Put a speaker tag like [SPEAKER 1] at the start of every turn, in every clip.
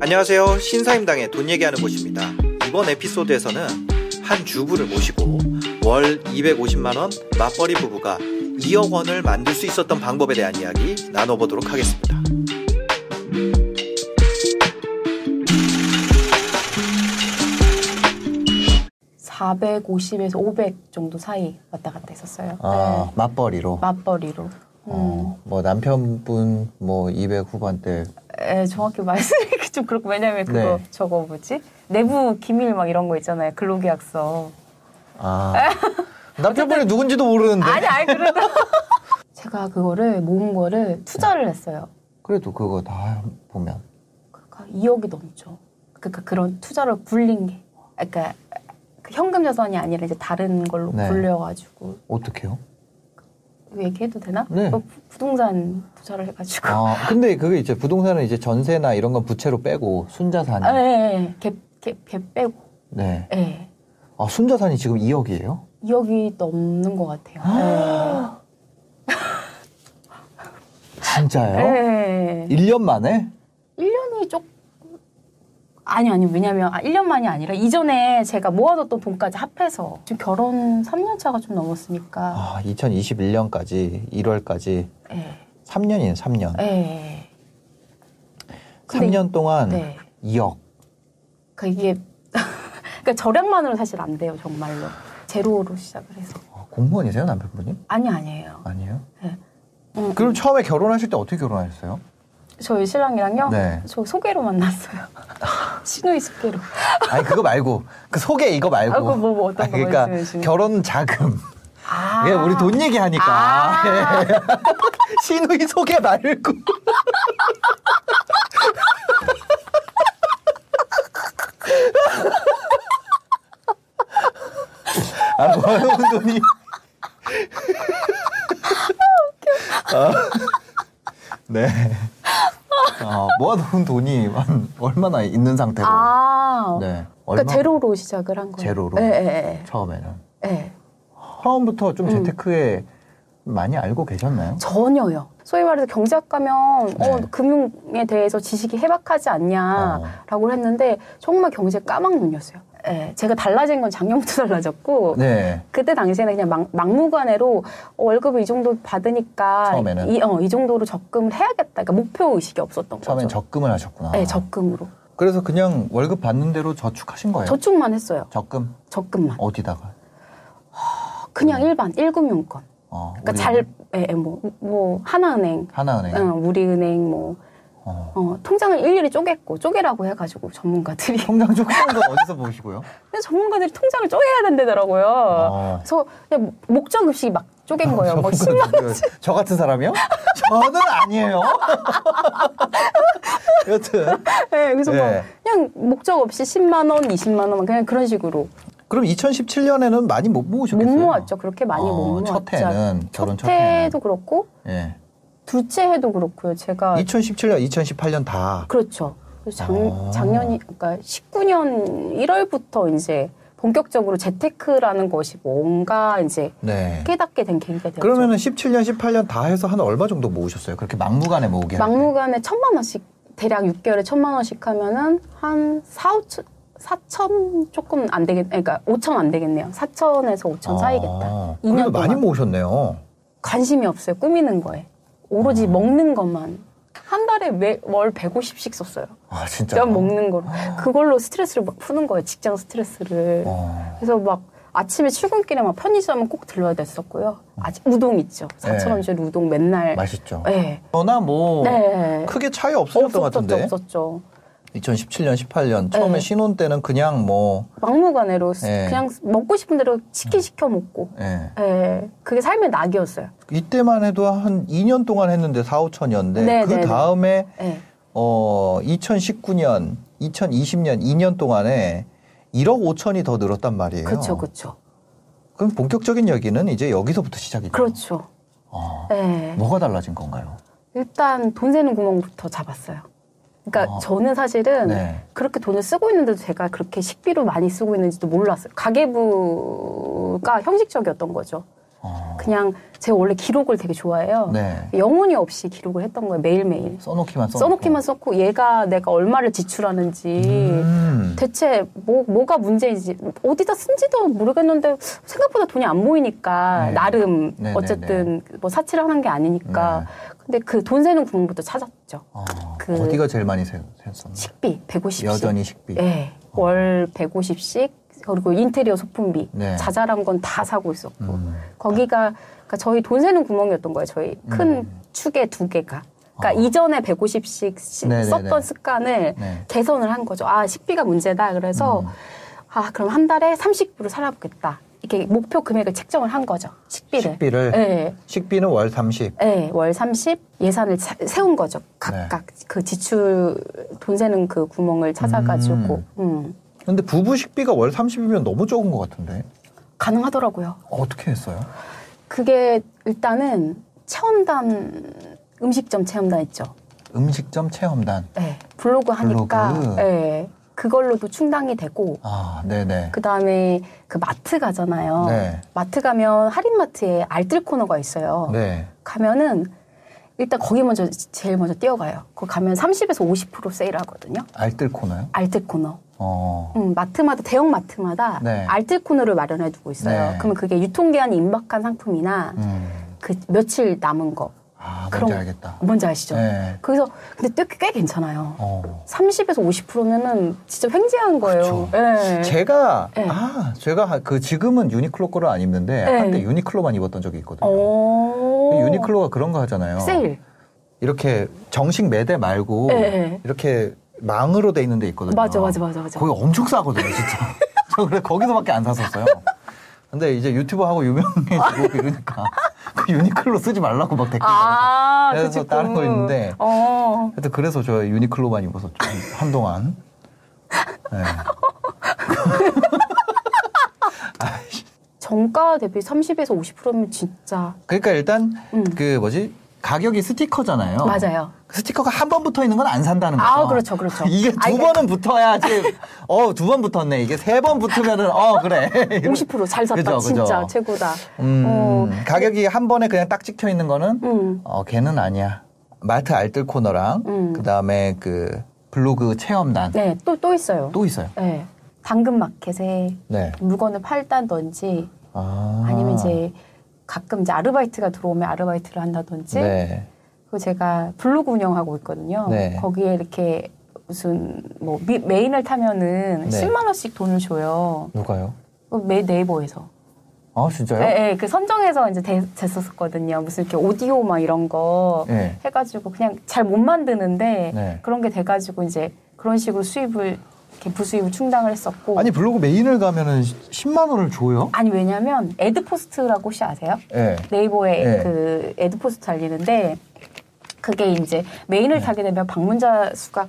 [SPEAKER 1] 안녕하세요. 신사임당의 돈 얘기하는 곳입니다. 이번 에피소드에서는 한 주부를 모시고 월 250만원 맞벌이 부부가 2억 원을 만들 수 있었던 방법에 대한 이야기 나눠보도록 하겠습니다.
[SPEAKER 2] (450에서 500 정도 사이 왔다 갔다 했었어요
[SPEAKER 3] 아,
[SPEAKER 2] 네.
[SPEAKER 3] 맞벌이로.
[SPEAKER 2] 맞벌이로 음.
[SPEAKER 3] 어, 뭐 남편분 뭐 200 후반대.
[SPEAKER 2] 에, 정확히 말씀드리기 좀 그렇고 왜냐면 그거
[SPEAKER 3] 네.
[SPEAKER 2] 저거 뭐지 내부 기밀 막 이런 거 있잖아요 근로계약서
[SPEAKER 3] 아. 남편분이 누군지도 모르는데.
[SPEAKER 2] 아니 아니 그래도 제가 그거를 모은 거를 투자를 했어요
[SPEAKER 3] 그래도 그거 다 보면.
[SPEAKER 2] 그러니까 2억이 넘죠 그러니까 그런 투자를 굴린 게 그러니까 그 현금 자산이 아니라 이제 다른 걸로
[SPEAKER 3] 네.
[SPEAKER 2] 굴려가지고
[SPEAKER 3] 어떡해요?
[SPEAKER 2] 이거 얘기해도 되나?
[SPEAKER 3] 네.
[SPEAKER 2] 그 부- 부동산 투자를 해가지고
[SPEAKER 3] 아, 근데 그게 이제 부동산은 이제 전세나 이런 건 부채로 빼고 순자산이.
[SPEAKER 2] 아, 예, 예. 개, 개, 개 빼고.
[SPEAKER 3] 네.
[SPEAKER 2] 예.
[SPEAKER 3] 아, 순자산이 지금 2억이에요?
[SPEAKER 2] 2억이 넘는 것 같아요. 예.
[SPEAKER 3] 네. 진짜요?
[SPEAKER 2] 예.
[SPEAKER 3] 1년 만에?
[SPEAKER 2] 1년이 쪽 아니, 아니, 왜냐면, 아, 1년만이 아니라, 이전에 제가 모아뒀던 돈까지 합해서, 지금 결혼 3년 차가 좀 넘었으니까,
[SPEAKER 3] 아, 2021년까지 1월까지
[SPEAKER 2] 예.
[SPEAKER 3] 3년이에요, 3년.
[SPEAKER 2] 예. 근데
[SPEAKER 3] 3년 동안
[SPEAKER 2] 네.
[SPEAKER 3] 2억.
[SPEAKER 2] 그, 이게, 그니까 절약만으로 사실 안 돼요, 정말로. 제로로 시작을 해서.
[SPEAKER 3] 아, 공무원이세요, 남편분이?
[SPEAKER 2] 아니, 아니에요.
[SPEAKER 3] 아니에요?
[SPEAKER 2] 음,
[SPEAKER 3] 그럼 처음에 결혼하실 때 어떻게 결혼하셨어요?
[SPEAKER 2] 저희 신랑이랑요?
[SPEAKER 3] 네.
[SPEAKER 2] 저 소개로 만났어요. 신우이 소개로.
[SPEAKER 3] 아니 그거 말고 그 소개 이거 말고.
[SPEAKER 2] 아, 그거 뭐, 뭐 어떤
[SPEAKER 3] 아니,
[SPEAKER 2] 거
[SPEAKER 3] 그러니까
[SPEAKER 2] 말씀해주시는
[SPEAKER 3] 결혼 자금.
[SPEAKER 2] 아.
[SPEAKER 3] 예, 우리 돈 얘기하니까
[SPEAKER 2] 아.
[SPEAKER 3] 신우이 소개 말고. 아 뭐하는 돈이? 아, 네. 아, 모아놓은 돈이 한 얼마나 있는 상태로?
[SPEAKER 2] 아.
[SPEAKER 3] 네. 얼마?
[SPEAKER 2] 그러니까 제로로 시작을 한 거예요.
[SPEAKER 3] 제로로?
[SPEAKER 2] 예, 예,
[SPEAKER 3] 처음에는
[SPEAKER 2] 예. 예.
[SPEAKER 3] 처음부터 좀 재테크에 많이 알고 계셨나요?
[SPEAKER 2] 전혀요. 소위 말해서 경제학 가면
[SPEAKER 3] 네.
[SPEAKER 2] 어, 금융에 대해서 지식이 해박하지 않냐라고
[SPEAKER 3] 어.
[SPEAKER 2] 했는데 정말 경제 까막눈이었어요. 예. 제가 달라진 건 작년부터 달라졌고
[SPEAKER 3] 네.
[SPEAKER 2] 그때 당시에는 그냥 막, 막무가내로 어, 월급을 이 정도 받으니까
[SPEAKER 3] 처음에는?
[SPEAKER 2] 이, 어, 이 정도로 접근을 해야겠다. 그러니까 목표 의식이 없었던
[SPEAKER 3] 처음엔
[SPEAKER 2] 거죠.
[SPEAKER 3] 적금을 하셨구나.
[SPEAKER 2] 네, 적금으로.
[SPEAKER 3] 그래서 그냥 월급 받는 대로 저축하신 거예요.
[SPEAKER 2] 저축만 했어요.
[SPEAKER 3] 적금
[SPEAKER 2] 적금만.
[SPEAKER 3] 어디다가? 음.
[SPEAKER 2] 그냥 일반 1금융권.
[SPEAKER 3] 어,
[SPEAKER 2] 그러니까
[SPEAKER 3] 우리
[SPEAKER 2] 잘, 예, 예, 뭐, 뭐, 하나은행,
[SPEAKER 3] 하나은행.
[SPEAKER 2] 응, 우리은행, 뭐,
[SPEAKER 3] 어.
[SPEAKER 2] 어, 통장을 일일이 쪼갰고, 쪼개라고 해가지고, 전문가들이.
[SPEAKER 3] 통장 조그만 건 어디서 보시고요?
[SPEAKER 2] 근데 전문가들이 통장을 쪼개야 된다더라고요.
[SPEAKER 3] 어.
[SPEAKER 2] 그래서 그냥 목적 없이 막 쪼갠 거예요. 막 10만
[SPEAKER 3] 저 같은 사람이요? 저는 아니에요. 여튼
[SPEAKER 2] 예, 그래서
[SPEAKER 3] 네.
[SPEAKER 2] 막 그냥 목적 없이 10만 원, 20만 원, 그냥 그런 식으로.
[SPEAKER 3] 그럼 2017년에는 많이 못
[SPEAKER 2] 못
[SPEAKER 3] 모으셨겠어요?
[SPEAKER 2] 모았죠. 그렇게 많이
[SPEAKER 3] 어,
[SPEAKER 2] 못 모았죠.
[SPEAKER 3] 첫 해는 결혼 첫 해는.
[SPEAKER 2] 해도 그렇고,
[SPEAKER 3] 예.
[SPEAKER 2] 둘째 해도 그렇고요. 제가
[SPEAKER 3] 2017년, 2018년 다
[SPEAKER 2] 그렇죠. 그래서 작,
[SPEAKER 3] 어.
[SPEAKER 2] 작년이 그러니까 19년 1월부터 이제 본격적으로 재테크라는 것이 뭔가 이제
[SPEAKER 3] 네.
[SPEAKER 2] 깨닫게 된 계기가 되었죠.
[SPEAKER 3] 그러면은 17년, 18년 다 해서 한 얼마 정도 모으셨어요? 그렇게 막무가내 모으게. 할 때.
[SPEAKER 2] 막무가내 천만 원씩 대략 6개월에 천만 원씩 하면은 한 4, 5천 4천 조금 안 되겠 그러니까 5천 안 되겠네요. 4천에서 5천 사이겠다.
[SPEAKER 3] 아,
[SPEAKER 2] 2년
[SPEAKER 3] 그래도 많이
[SPEAKER 2] 동안.
[SPEAKER 3] 모으셨네요.
[SPEAKER 2] 관심이 없어요. 꾸미는 거에.
[SPEAKER 3] 아.
[SPEAKER 2] 오로지 먹는 것만. 한 달에 매, 월 150씩 썼어요.
[SPEAKER 3] 아 진짜.
[SPEAKER 2] 점 먹는 거로. 그걸로 스트레스를 막 푸는 거예요. 직장 스트레스를.
[SPEAKER 3] 아. 어.
[SPEAKER 2] 그래서 막 아침에 출근길에 막 편의점은 꼭 들러야 됐었고요. 아직 우동 있죠.
[SPEAKER 3] 네.
[SPEAKER 2] 4천 원짜리 우동 맨날.
[SPEAKER 3] 맛있죠.
[SPEAKER 2] 네.
[SPEAKER 3] 저나 뭐
[SPEAKER 2] 네.
[SPEAKER 3] 크게 차이 없으셨던 것 같은데.
[SPEAKER 2] 없었죠.
[SPEAKER 3] 2017년, 18년 처음에
[SPEAKER 2] 네.
[SPEAKER 3] 신혼 때는 그냥 뭐
[SPEAKER 2] 막무가내로 스-
[SPEAKER 3] 네.
[SPEAKER 2] 그냥 먹고 싶은 대로
[SPEAKER 3] 음.
[SPEAKER 2] 치킨 시켜 먹고.
[SPEAKER 3] 예.
[SPEAKER 2] 예. 그게 삶의 낙이었어요.
[SPEAKER 3] 이때만 해도 한 2년 동안 했는데 4, 5천이었는데
[SPEAKER 2] 네,
[SPEAKER 3] 그
[SPEAKER 2] 네, 네.
[SPEAKER 3] 다음에
[SPEAKER 2] 예.
[SPEAKER 3] 어 2019년, 2020년 2년 동안에 1억 5천이 더 늘었단 말이에요.
[SPEAKER 2] 그쵸, 그쵸.
[SPEAKER 3] 그럼 본격적인 얘기는 이제 여기서부터 시작이죠.
[SPEAKER 2] 그렇죠.
[SPEAKER 3] 어,
[SPEAKER 2] 네.
[SPEAKER 3] 뭐가 달라진 건가요?
[SPEAKER 2] 일단 돈 새는 구멍부터 잡았어요. 그러니까
[SPEAKER 3] 아.
[SPEAKER 2] 저는 사실은
[SPEAKER 3] 네.
[SPEAKER 2] 그렇게 돈을 쓰고 있는데도 제가 그렇게 식비로 많이 쓰고 있는지도 몰랐어요. 가계부가 형식적이었던 거죠.
[SPEAKER 3] 어,
[SPEAKER 2] 그냥 제가 원래 기록을 되게 좋아해요.
[SPEAKER 3] 네.
[SPEAKER 2] 영혼이 없이 기록을 했던 거예요. 매일매일.
[SPEAKER 3] 써놓기만 써놓고.
[SPEAKER 2] 써놓기만 썼고 얘가 내가 얼마를 지출하는지
[SPEAKER 3] 음.
[SPEAKER 2] 대체 뭐, 뭐가 문제인지 어디다 쓴지도 모르겠는데 생각보다 돈이 안 모이니까
[SPEAKER 3] 네.
[SPEAKER 2] 나름
[SPEAKER 3] 네,
[SPEAKER 2] 어쨌든 뭐 사치를 하는 게 아니니까 근데 그 돈 세는 구멍부터 찾았죠
[SPEAKER 3] 어,
[SPEAKER 2] 그-
[SPEAKER 3] 어디가 제일 많이 세- 세웠었나요?
[SPEAKER 2] 식비 150씩
[SPEAKER 3] 여전히 식비.
[SPEAKER 2] 예, 월 150씩 그리고 인테리어 소품비
[SPEAKER 3] 네.
[SPEAKER 2] 자잘한 건 다 사고 있었고
[SPEAKER 3] 음.
[SPEAKER 2] 거기가 그러니까 저희 돈 세는 구멍이었던 거예요 저희 큰
[SPEAKER 3] 음.
[SPEAKER 2] 축에 두 개가 그러니까
[SPEAKER 3] 어.
[SPEAKER 2] 이전에 150씩
[SPEAKER 3] 네, 네, 네.
[SPEAKER 2] 썼던 습관을
[SPEAKER 3] 네.
[SPEAKER 2] 개선을 한 거죠. 아, 식비가 문제다. 그래서,
[SPEAKER 3] 음.
[SPEAKER 2] 아, 그럼 한 달에 30불을 살아보겠다. 이렇게 목표 금액을 책정을 한 거죠. 식비를.
[SPEAKER 3] 식비를
[SPEAKER 2] 예,
[SPEAKER 3] 식비는 월 30.
[SPEAKER 2] 예, 월 30 예산을 차- 세운 거죠. 각각
[SPEAKER 3] 네.
[SPEAKER 2] 그 지출, 돈 세는 그 구멍을 찾아가지고. 음,
[SPEAKER 3] 근데 부부 식비가 월 30이면 너무 적은 것 같은데.
[SPEAKER 2] 가능하더라고요.
[SPEAKER 3] 어떻게 했어요?
[SPEAKER 2] 그게 일단은 체험단, 음식점 체험단 있죠.
[SPEAKER 3] 음식점 체험단.
[SPEAKER 2] 예, 블로그 하니까.
[SPEAKER 3] 블로그.
[SPEAKER 2] 예, 그걸로도 충당이 되고.
[SPEAKER 3] 아, 네네.
[SPEAKER 2] 그 다음에 그 마트 가잖아요.
[SPEAKER 3] 네.
[SPEAKER 2] 마트 가면 할인마트에 알뜰 코너가 있어요.
[SPEAKER 3] 네.
[SPEAKER 2] 가면은 일단 거기 먼저 제일 먼저 뛰어가요. 거기 가면 30에서 50% 세일하거든요.
[SPEAKER 3] 알뜰 코너요?
[SPEAKER 2] 알뜰 코너.
[SPEAKER 3] 어.
[SPEAKER 2] 음, 마트마다 대형 마트마다
[SPEAKER 3] 네.
[SPEAKER 2] 알뜰 코너를 마련해 두고 있어요.
[SPEAKER 3] 네.
[SPEAKER 2] 그러면 그게 유통기한이 임박한 상품이나
[SPEAKER 3] 음.
[SPEAKER 2] 그 며칠 남은 거
[SPEAKER 3] 아, 뭔지
[SPEAKER 2] 그럼-
[SPEAKER 3] 알겠다.
[SPEAKER 2] 뭔지 아시죠?
[SPEAKER 3] 네.
[SPEAKER 2] 거기서 근데 꽤, 꽤 괜찮아요.
[SPEAKER 3] 어.
[SPEAKER 2] 30에서 50%면은 진짜 횡재한 거예요.
[SPEAKER 3] 그쵸.
[SPEAKER 2] 예.
[SPEAKER 3] 제가
[SPEAKER 2] 네.
[SPEAKER 3] 아 제가 하- 그 지금은 유니클로 거를 안 입는데
[SPEAKER 2] 네.
[SPEAKER 3] 한때 유니클로만 입었던 적이 있거든요.
[SPEAKER 2] 오.
[SPEAKER 3] 유니클로가 그런 거 하잖아요.
[SPEAKER 2] 어. 세일.
[SPEAKER 3] 이렇게 정식 매대 말고
[SPEAKER 2] 네, 네.
[SPEAKER 3] 이렇게 망으로 돼 있는 데 있거든요.
[SPEAKER 2] 맞아, 맞아, 맞아, 맞아.
[SPEAKER 3] 거기 엄청 싸거든요, 진짜. 저 그래 거기서밖에 안 샀었어요. 근데 이제 유튜버 하고 유명해지고 이러니까 그 유니클로 쓰지 말라고 막 댓글. 아~
[SPEAKER 2] 아. 아,
[SPEAKER 3] 그래서
[SPEAKER 2] 그
[SPEAKER 3] 다른 거 있는데.
[SPEAKER 2] 어.
[SPEAKER 3] 하여튼 그래서 저 유니클로만 입었었죠 한- 한동안. 네.
[SPEAKER 2] 정가 대비 30에서 50%면 진짜
[SPEAKER 3] 그러니까 일단
[SPEAKER 2] 음.
[SPEAKER 3] 그 뭐지 가격이 스티커잖아요. 그
[SPEAKER 2] 맞아요.
[SPEAKER 3] 스티커가 한 번 붙어 있는 건 안 산다는 거죠.
[SPEAKER 2] 아, 그렇죠, 그렇죠.
[SPEAKER 3] 이게 두
[SPEAKER 2] 아니,
[SPEAKER 3] 번은 붙어야지. 어, 두 번 붙었네. 이게 세 번 붙으면은 어, 그래.
[SPEAKER 2] 50%잘 샀다.
[SPEAKER 3] 그죠, 그죠.
[SPEAKER 2] 진짜 최고다.
[SPEAKER 3] 음,
[SPEAKER 2] 어.
[SPEAKER 3] 가격이 한 번에 그냥 딱 찍혀 있는 거는
[SPEAKER 2] 음.
[SPEAKER 3] 어, 걔는 아니야. 마트 알뜰 코너랑
[SPEAKER 2] 음.
[SPEAKER 3] 그다음에 그 블로그 체험단
[SPEAKER 2] 네, 또 또 있어요.
[SPEAKER 3] 또 있어요.
[SPEAKER 2] 네. 당근 마켓에
[SPEAKER 3] 네.
[SPEAKER 2] 물건을 팔다든지
[SPEAKER 3] 아.
[SPEAKER 2] 아니면 이제 가끔 이제 아르바이트가 들어오면 아르바이트를 한다든지
[SPEAKER 3] 네.
[SPEAKER 2] 그리고 제가 블로그 운영하고 있거든요.
[SPEAKER 3] 네.
[SPEAKER 2] 거기에 이렇게 무슨 뭐 미- 메인을
[SPEAKER 3] 네.
[SPEAKER 2] 타면은 10만 원씩 돈을 줘요.
[SPEAKER 3] 누가요?
[SPEAKER 2] 매 네이버에서.
[SPEAKER 3] 아, 진짜요?
[SPEAKER 2] 예, 예, 그 선정해서 이제 대- 됐었거든요. 무슨 이렇게 오디오 막 이런 거
[SPEAKER 3] 네.
[SPEAKER 2] 해가지고 그냥 잘 못 만드는데
[SPEAKER 3] 네.
[SPEAKER 2] 그런 게 돼가지고 이제 그런 식으로 수입을 이렇게 부수입을 충당을 했었고.
[SPEAKER 3] 아니 블로그 메인을 가면은 10만 원을 줘요?
[SPEAKER 2] 아니, 왜냐면 에드포스트라고 혹시 아세요?
[SPEAKER 3] 예.
[SPEAKER 2] 네이버에
[SPEAKER 3] 네.
[SPEAKER 2] 그 에드포스트 알리는데 그게 이제 메인을
[SPEAKER 3] 네.
[SPEAKER 2] 타게 되면 방문자 수가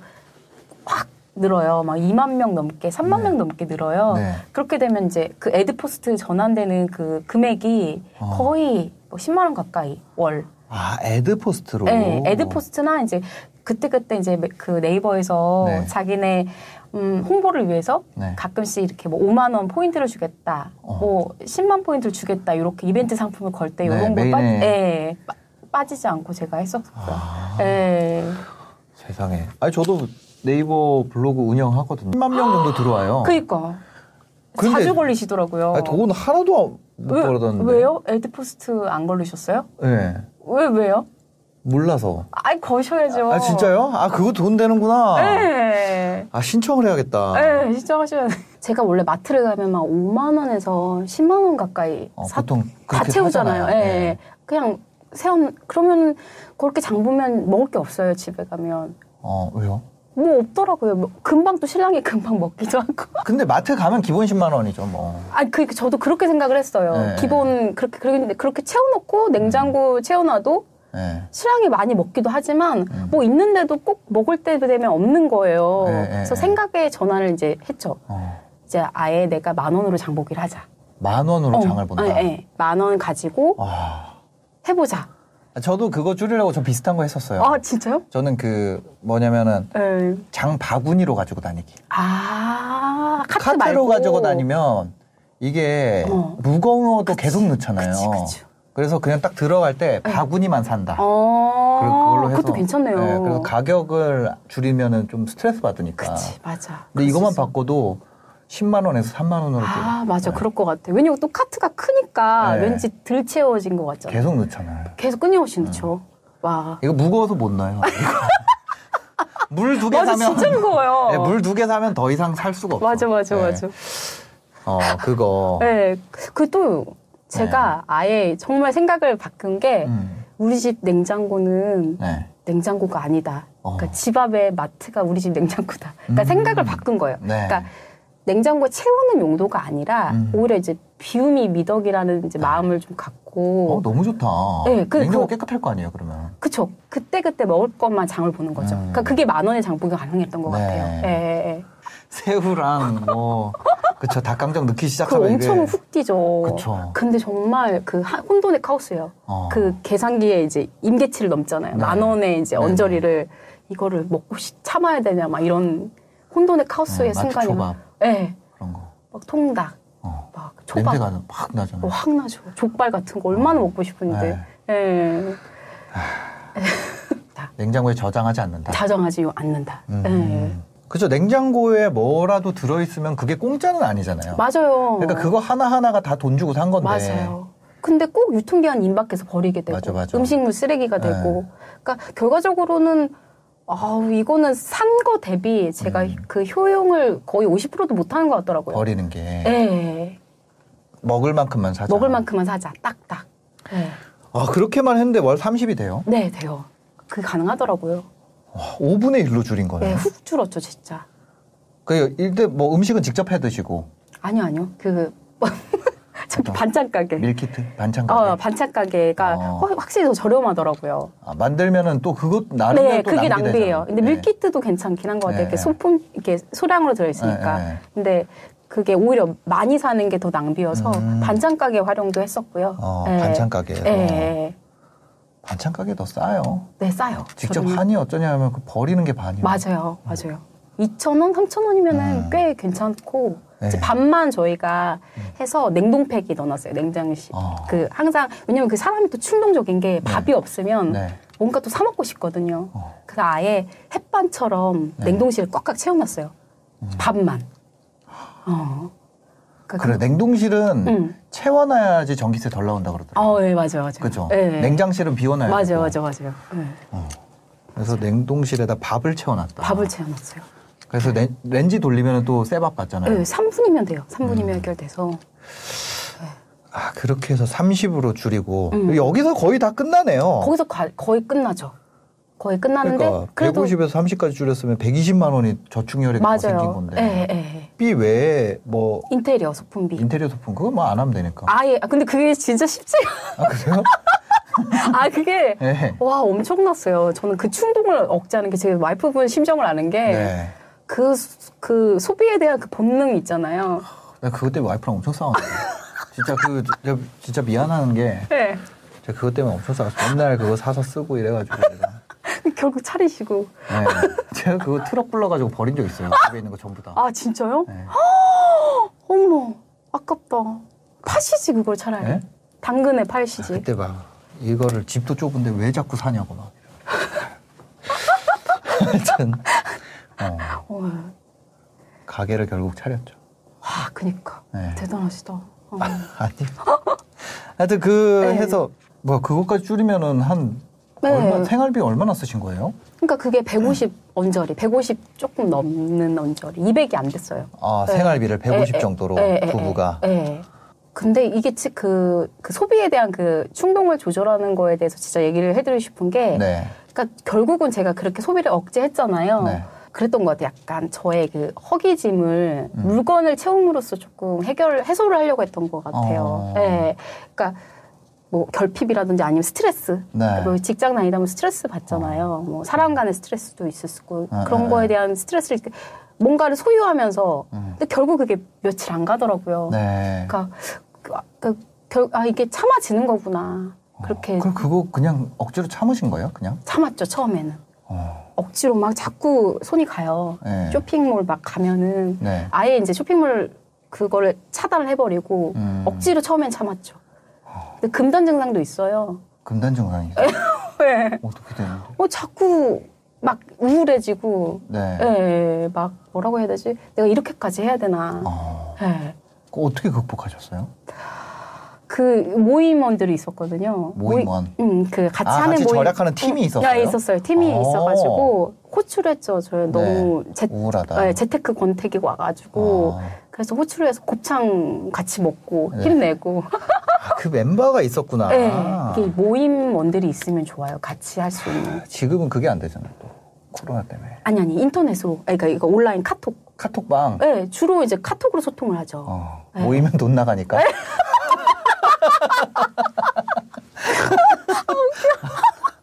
[SPEAKER 2] 확 늘어요. 막 2만 명 넘게, 3만
[SPEAKER 3] 네.
[SPEAKER 2] 명 넘게 늘어요.
[SPEAKER 3] 네.
[SPEAKER 2] 그렇게 되면 이제 그 에드포스트 전환되는 그 금액이
[SPEAKER 3] 어.
[SPEAKER 2] 거의 뭐 10만 원 가까이 월.
[SPEAKER 3] 아, 애드 포스트로.
[SPEAKER 2] 네, 에드포스트나 이제 그때그때 이제 그 네이버에서
[SPEAKER 3] 네.
[SPEAKER 2] 자기네 음, 홍보를 위해서
[SPEAKER 3] 네.
[SPEAKER 2] 가끔씩 이렇게 뭐 5만 원 포인트를 주겠다,
[SPEAKER 3] 어.
[SPEAKER 2] 뭐 10만 포인트를 주겠다 이렇게 이벤트 상품을 걸 때
[SPEAKER 3] 네,
[SPEAKER 2] 이런 거 빠,
[SPEAKER 3] 메인에.
[SPEAKER 2] 예, 빠- 빠지지 않고 제가 했었고요.
[SPEAKER 3] 아.
[SPEAKER 2] 예.
[SPEAKER 3] 세상에. 아니 저도 네이버 블로그 운영하거든요. 10만 명 정도 들어와요.
[SPEAKER 2] 그니까
[SPEAKER 3] 근데-
[SPEAKER 2] 자주 걸리시더라고요.
[SPEAKER 3] 아니, 돈 하나도 못
[SPEAKER 2] 왜,
[SPEAKER 3] 벌었는데.
[SPEAKER 2] 왜요? 에드포스트 안 걸리셨어요?
[SPEAKER 3] 예.
[SPEAKER 2] 왜 왜요?
[SPEAKER 3] 몰라서.
[SPEAKER 2] 아이 거셔야죠.
[SPEAKER 3] 아 진짜요? 아 그거 돈 되는구나.
[SPEAKER 2] 예.
[SPEAKER 3] 아 신청을 해야겠다.
[SPEAKER 2] 예, 신청하셔야 돼. 제가 원래 마트를 가면 막 5만 원에서 10만 원 가까이
[SPEAKER 3] 어,
[SPEAKER 2] 사,
[SPEAKER 3] 보통
[SPEAKER 2] 다
[SPEAKER 3] 그렇게
[SPEAKER 2] 채우잖아요.
[SPEAKER 3] 사잖아요.
[SPEAKER 2] 예,
[SPEAKER 3] 예.
[SPEAKER 2] 예. 그냥 세운 그러면 그렇게 장 보면 먹을 게 없어요 집에 가면
[SPEAKER 3] 어 왜요?
[SPEAKER 2] 뭐 없더라고요. 뭐 금방 또 신랑이 금방 먹기도 하고.
[SPEAKER 3] 근데 마트 가면 기본 10만 원이죠 뭐.
[SPEAKER 2] 아니 그 저도 그렇게 생각을 했어요.
[SPEAKER 3] 네.
[SPEAKER 2] 기본 그렇게 그런데 그렇게 채워놓고 냉장고 채워놔도
[SPEAKER 3] 예.
[SPEAKER 2] 신랑이 많이 먹기도 하지만
[SPEAKER 3] 음.
[SPEAKER 2] 뭐 있는데도 꼭 먹을 때 되면 없는 거예요.
[SPEAKER 3] 네, 네,
[SPEAKER 2] 그래서
[SPEAKER 3] 네.
[SPEAKER 2] 생각의 전환을 이제 했죠.
[SPEAKER 3] 어.
[SPEAKER 2] 이제 아예 내가 만 원으로 장보기를 하자.
[SPEAKER 3] 만 원으로 장을 본다.
[SPEAKER 2] 어, 예, 네, 만원 가지고
[SPEAKER 3] 아,
[SPEAKER 2] 해보자.
[SPEAKER 3] 저도 그거 줄이려고 저 비슷한 거 했었어요.
[SPEAKER 2] 아 진짜요?
[SPEAKER 3] 저는 그 뭐냐면은
[SPEAKER 2] 네.
[SPEAKER 3] 장 바구니로 가지고 다니기.
[SPEAKER 2] 아 카트
[SPEAKER 3] 카트로
[SPEAKER 2] 말고
[SPEAKER 3] 가지고 다니면 이게
[SPEAKER 2] 어.
[SPEAKER 3] 무거워도 계속 넣잖아요.
[SPEAKER 2] 그치, 그치.
[SPEAKER 3] 래서 그냥 딱 들어갈 때 바구니만 산다.
[SPEAKER 2] 어.
[SPEAKER 3] 그리고 그걸로 해서
[SPEAKER 2] 그것도 괜찮네요.
[SPEAKER 3] 네, 그래서 가격을 줄이면은 좀 스트레스 받으니까.
[SPEAKER 2] 그치 맞아.
[SPEAKER 3] 근데 이것만
[SPEAKER 2] 봐.
[SPEAKER 3] 바꿔도 10만 원에서 3만 원으로
[SPEAKER 2] 아
[SPEAKER 3] 좀
[SPEAKER 2] 맞아 그럴 것 같아. 왜냐면 또 카트가 크니까
[SPEAKER 3] 네.
[SPEAKER 2] 왠지 덜 채워진 것 같잖아.
[SPEAKER 3] 계속 음. 넣잖아요.
[SPEAKER 2] 계속 끊임없이 넣죠. 와.
[SPEAKER 3] 이거 무거워서 못 넣어요. 물 두 개
[SPEAKER 2] 맞아
[SPEAKER 3] 사면 네,
[SPEAKER 2] 진짜 무거워요.
[SPEAKER 3] 물 두 개 사면 더 이상 살 수가 없어.
[SPEAKER 2] 맞아 맞아
[SPEAKER 3] 네.
[SPEAKER 2] 맞아.
[SPEAKER 3] 어 그거.
[SPEAKER 2] 네. 그 또 제가 아예 정말 생각을 바꾼 게
[SPEAKER 3] 네. 음,
[SPEAKER 2] 우리 집 냉장고는
[SPEAKER 3] 네.
[SPEAKER 2] 냉장고가 아니다.
[SPEAKER 3] 어.
[SPEAKER 2] 그러니까 집 앞에 마트가 우리 집 냉장고다. 그러니까
[SPEAKER 3] 음.
[SPEAKER 2] 생각을 바꾼 거예요.
[SPEAKER 3] 네.
[SPEAKER 2] 그러니까 냉장고에 채우는 용도가 아니라
[SPEAKER 3] 음. 아.
[SPEAKER 2] 오히려 이제 비움이 미덕이라는 이제 마음을 좀 갖고
[SPEAKER 3] 어 너무 좋다.
[SPEAKER 2] 네, 그-
[SPEAKER 3] 냉장고
[SPEAKER 2] 그-
[SPEAKER 3] 깨끗할 거 아니에요 그러면.
[SPEAKER 2] 그쵸 그때 그때 먹을 것만 장을 보는 거죠.
[SPEAKER 3] 음.
[SPEAKER 2] 그러니까 그게 만 원의 장보기가 가능했던 것
[SPEAKER 3] 네.
[SPEAKER 2] 같아요. 예, 예, 예.
[SPEAKER 3] 새우랑 뭐 그쵸 닭강정 넣기
[SPEAKER 2] 그
[SPEAKER 3] 시작하면
[SPEAKER 2] 엄청
[SPEAKER 3] 이게
[SPEAKER 2] 훅 뛰죠.
[SPEAKER 3] 그쵸.
[SPEAKER 2] 근데 정말 그 하- 혼돈의 카오스예요.
[SPEAKER 3] 어.
[SPEAKER 2] 그 계산기에 이제 임계치를 넘잖아요.
[SPEAKER 3] 네.
[SPEAKER 2] 만 원의 이제
[SPEAKER 3] 네네.
[SPEAKER 2] 언저리를 이거를 먹고 시- 참아야 되냐 막 이런 혼돈의 카오스의
[SPEAKER 3] 네, 마트
[SPEAKER 2] 순간이
[SPEAKER 3] 초밥
[SPEAKER 2] 네.
[SPEAKER 3] 그런 거.
[SPEAKER 2] 막 통닭,
[SPEAKER 3] 어.
[SPEAKER 2] 막 초밥
[SPEAKER 3] 냄새가 어. 막 나잖아요.
[SPEAKER 2] 어, 확 나죠. 족발 같은 거 얼마나 먹고 싶은데.
[SPEAKER 3] 네.
[SPEAKER 2] 예.
[SPEAKER 3] 냉장고에 저장하지 않는다.
[SPEAKER 2] 자정하지 않는다.
[SPEAKER 3] 음.
[SPEAKER 2] 예.
[SPEAKER 3] 그죠 냉장고에 뭐라도 들어있으면 그게 공짜는 아니잖아요.
[SPEAKER 2] 맞아요.
[SPEAKER 3] 그러니까 그거 하나 하나가 다 돈 주고 산 건데.
[SPEAKER 2] 맞아요. 근데 꼭 유통기한 임박해서 버리게 되고
[SPEAKER 3] 맞아, 맞아.
[SPEAKER 2] 음식물 쓰레기가
[SPEAKER 3] 네.
[SPEAKER 2] 되고 그러니까 결과적으로는 아우 이거는 산 거 대비 제가
[SPEAKER 3] 음.
[SPEAKER 2] 그 효용을 거의 50%도 못 하는 것 같더라고요.
[SPEAKER 3] 버리는 게
[SPEAKER 2] 예. 예.
[SPEAKER 3] 먹을 만큼만 사자.
[SPEAKER 2] 먹을 만큼만 사자. 딱딱. 예.
[SPEAKER 3] 아 그렇게만 했는데 월 30이 돼요.
[SPEAKER 2] 네, 돼요. 그게 가능하더라고요.
[SPEAKER 3] 와, 5분의 1로 줄인 어, 거네요.
[SPEAKER 2] 예, 훅 줄었죠, 진짜.
[SPEAKER 3] 그 일단 뭐 음식은 직접 해 드시고
[SPEAKER 2] 아니요, 아니요. 그 저기
[SPEAKER 3] 어떤?
[SPEAKER 2] 반찬 가게.
[SPEAKER 3] 밀키트 반찬 가게
[SPEAKER 2] 네. 어, 반찬 가게가
[SPEAKER 3] 어.
[SPEAKER 2] 확- 확실히 더 저렴하더라고요.
[SPEAKER 3] 아, 만들면은 또 그것 나름
[SPEAKER 2] 네,
[SPEAKER 3] 또
[SPEAKER 2] 그게
[SPEAKER 3] 낭비되잖아요.
[SPEAKER 2] 낭비예요. 근데
[SPEAKER 3] 네.
[SPEAKER 2] 밀키트도 괜찮긴 한 것 같아요.
[SPEAKER 3] 네,
[SPEAKER 2] 이렇게
[SPEAKER 3] 네.
[SPEAKER 2] 소품 이렇게 소량으로 들어있으니까.
[SPEAKER 3] 네, 네.
[SPEAKER 2] 근데 그게 오히려 많이 사는 게 더 낭비여서
[SPEAKER 3] 음.
[SPEAKER 2] 반찬 가게 활용도 했었고요.
[SPEAKER 3] 어,
[SPEAKER 2] 네.
[SPEAKER 3] 반찬 가게에서
[SPEAKER 2] 네, 네.
[SPEAKER 3] 반찬 가게 더 싸요.
[SPEAKER 2] 네, 싸요.
[SPEAKER 3] 직접
[SPEAKER 2] 저렴-
[SPEAKER 3] 한이 어쩌냐면 그 버리는 게 반이에요.
[SPEAKER 2] 맞아요, 맞아요. 2,000원, 3,000원이면은
[SPEAKER 3] 음.
[SPEAKER 2] 꽤 괜찮고
[SPEAKER 3] 네. 음.
[SPEAKER 2] 이제 반만 저희가 해서 냉동팩이 넣어놨어요. 냉장실.
[SPEAKER 3] 어.
[SPEAKER 2] 그 항상 왜냐면 그 사람이 또 충동적인 게 밥이 없으면
[SPEAKER 3] 네.
[SPEAKER 2] 뭔가 또 사 먹고 싶거든요.
[SPEAKER 3] 어.
[SPEAKER 2] 그래서 아예 햇반처럼
[SPEAKER 3] 네. 음.
[SPEAKER 2] 냉동실을 꽉꽉 채워놨어요. 밥만. 어. 그러니까
[SPEAKER 3] 그래 냉동실은
[SPEAKER 2] 응.
[SPEAKER 3] 채워놔야지 전기세 덜 나온다 그러더라고요.
[SPEAKER 2] 어, 예, 음. 맞아요, 맞아요.
[SPEAKER 3] 그죠?
[SPEAKER 2] 예, 예.
[SPEAKER 3] 냉장실은 비워놔야
[SPEAKER 2] 맞아요,
[SPEAKER 3] 되고.
[SPEAKER 2] 맞아요, 맞아요. 예.
[SPEAKER 3] 그래서 냉동실에다 밥을 채워놨다.
[SPEAKER 2] 밥을 채워놨어요.
[SPEAKER 3] 그래서 렌, 렌지 돌리면 또 새 밥 같잖아요.
[SPEAKER 2] 예, 3분이면 돼요. 3분이면
[SPEAKER 3] 음.
[SPEAKER 2] 해결돼서.
[SPEAKER 3] 어. 아, 그렇게 해서 30으로 줄이고
[SPEAKER 2] 음.
[SPEAKER 3] 여기서 거의 다 끝나네요.
[SPEAKER 2] 거기서 과- 거의 끝나죠. 거의 끝나는데
[SPEAKER 3] 그러니까
[SPEAKER 2] 그래도
[SPEAKER 3] 150에서 30까지 줄였으면 120만 원이 저축률이 더 생긴
[SPEAKER 2] 맞아요.
[SPEAKER 3] 건데.
[SPEAKER 2] 예, 예, 예.
[SPEAKER 3] 비 외에 뭐
[SPEAKER 2] 인테리어 소품비.
[SPEAKER 3] 인테리어 소품 그거 뭐 안 하면 되니까.
[SPEAKER 2] 아예 아, 근데 그게 진짜 쉽지
[SPEAKER 3] 아, 그래요?
[SPEAKER 2] 아 그게
[SPEAKER 3] 네.
[SPEAKER 2] 와 엄청났어요. 저는 그 충동을 억제하는 게 제 와이프분 심정을 아는 게
[SPEAKER 3] 네.
[SPEAKER 2] 그 그 소비에 대한 그 본능이 있잖아요.
[SPEAKER 3] 나 그것 때문에 와이프랑 엄청 싸웠어요. 진짜 그 제가 진짜 미안한 게
[SPEAKER 2] 네.
[SPEAKER 3] 제가 그것 때문에 엄청 싸웠어요. 맨날 그거 사서 쓰고 이래가지고 제가.
[SPEAKER 2] 결국 차리시고
[SPEAKER 3] 네. 제가 그거 트럭 불러가지고 버린 적 있어요. 집에 있는 거 전부 다.
[SPEAKER 2] 아 진짜요?
[SPEAKER 3] 네.
[SPEAKER 2] 어머 아깝다. 파시지 그걸 차라리
[SPEAKER 3] 네?
[SPEAKER 2] 당근에 팔시지.
[SPEAKER 3] 그때 막 이거를 집도 좁은데 왜 자꾸 사냐고 막. 하여튼 어,
[SPEAKER 2] 어,
[SPEAKER 3] 가게를 결국 차렸죠.
[SPEAKER 2] 와 그니까
[SPEAKER 3] 네.
[SPEAKER 2] 대단하시다. 어.
[SPEAKER 3] 아니. 하여튼 그
[SPEAKER 2] 네.
[SPEAKER 3] 해서 뭐 그것까지 줄이면은 한
[SPEAKER 2] 네.
[SPEAKER 3] 얼마 생활비 얼마나 쓰신 거예요?
[SPEAKER 2] 그러니까 그게 150 언저리, 150 조금 넘는 언저리, 200이 안 됐어요.
[SPEAKER 3] 아
[SPEAKER 2] 네.
[SPEAKER 3] 생활비를 150
[SPEAKER 2] 에, 에,
[SPEAKER 3] 정도로
[SPEAKER 2] 에, 에,
[SPEAKER 3] 부부가
[SPEAKER 2] 에, 에. 근데 이게 지- 그, 그 소비에 대한 그 충동을 조절하는 거에 대해서 진짜 얘기를 해드리고 싶은 게,
[SPEAKER 3] 네.
[SPEAKER 2] 그러니까 결국은 제가 그렇게 소비를 억제했잖아요.
[SPEAKER 3] 네.
[SPEAKER 2] 그랬던 것 같아요. 약간 저의 그 허기짐을
[SPEAKER 3] 음.
[SPEAKER 2] 물건을 채움으로써 조금 해결 해소를 하려고 했던 것 같아요.
[SPEAKER 3] 어.
[SPEAKER 2] 예. 그러니까 뭐 결핍이라든지 아니면 스트레스
[SPEAKER 3] 네. 어.
[SPEAKER 2] 뭐 직장 다니다 보면 스트레스 받잖아요. 뭐 사람 간의 스트레스도 있을 수 있고
[SPEAKER 3] 아,
[SPEAKER 2] 그런
[SPEAKER 3] 아,
[SPEAKER 2] 거에
[SPEAKER 3] 아.
[SPEAKER 2] 대한 스트레스를 이렇게 뭔가를 소유하면서
[SPEAKER 3] 음.
[SPEAKER 2] 근데 결국 그게 며칠 안 가더라고요.
[SPEAKER 3] 네.
[SPEAKER 2] 그러니까 그, 그, 결, 아 이게 참아지는 거구나. 그렇게
[SPEAKER 3] 어, 그럼 그거 그냥 억지로 참으신 거예요? 그냥?
[SPEAKER 2] 참았죠 처음에는.
[SPEAKER 3] 어.
[SPEAKER 2] 억지로 막 자꾸 손이 가요.
[SPEAKER 3] 네.
[SPEAKER 2] 쇼핑몰 막 가면은
[SPEAKER 3] 네.
[SPEAKER 2] 아예 이제 쇼핑몰 그거를 차단을 해버리고
[SPEAKER 3] 음. 어.
[SPEAKER 2] 억지로 처음엔 참았죠. 근데 금단 증상도 있어요.
[SPEAKER 3] 금단 증상이
[SPEAKER 2] 네. 왜?
[SPEAKER 3] 어떻게 되는데?
[SPEAKER 2] 어 자꾸 막 우울해지고,
[SPEAKER 3] 네.
[SPEAKER 2] 예, 예, 막 뭐라고 해야 되지? 내가 이렇게까지 해야 되나?
[SPEAKER 3] 어.
[SPEAKER 2] 예.
[SPEAKER 3] 그거 어떻게 극복하셨어요?
[SPEAKER 2] 그 모임원들이 있었거든요. 모임-
[SPEAKER 3] 모임원.
[SPEAKER 2] 음, 그 같이
[SPEAKER 3] 아,
[SPEAKER 2] 하는
[SPEAKER 3] 같이
[SPEAKER 2] 모임.
[SPEAKER 3] 절약하는 팀이 있었어요?
[SPEAKER 2] 네, 있었어요. 팀이
[SPEAKER 3] 어. 네.
[SPEAKER 2] 있어가지고 호출했죠. 저 너무 재,
[SPEAKER 3] 우울하다.
[SPEAKER 2] 예, 재테크 권태기가 와가지고
[SPEAKER 3] 아.
[SPEAKER 2] 그래서 호출을 해서 곱창 같이 먹고
[SPEAKER 3] 네.
[SPEAKER 2] 힘내고
[SPEAKER 3] 아, 그 멤버가 있었구나.
[SPEAKER 2] 네, 이게 모임원들이 있으면 좋아요. 같이 할 수 있는.
[SPEAKER 3] 지금은 그게 안 되잖아. 또. 코로나 때문에.
[SPEAKER 2] 아니 아니 인터넷으로. 아니, 그러니까 이거 온라인 카톡.
[SPEAKER 3] 카톡방.
[SPEAKER 2] 네, 주로 이제 카톡으로 소통을 하죠.
[SPEAKER 3] 어,
[SPEAKER 2] 네.
[SPEAKER 3] 모이면 돈 나가니까.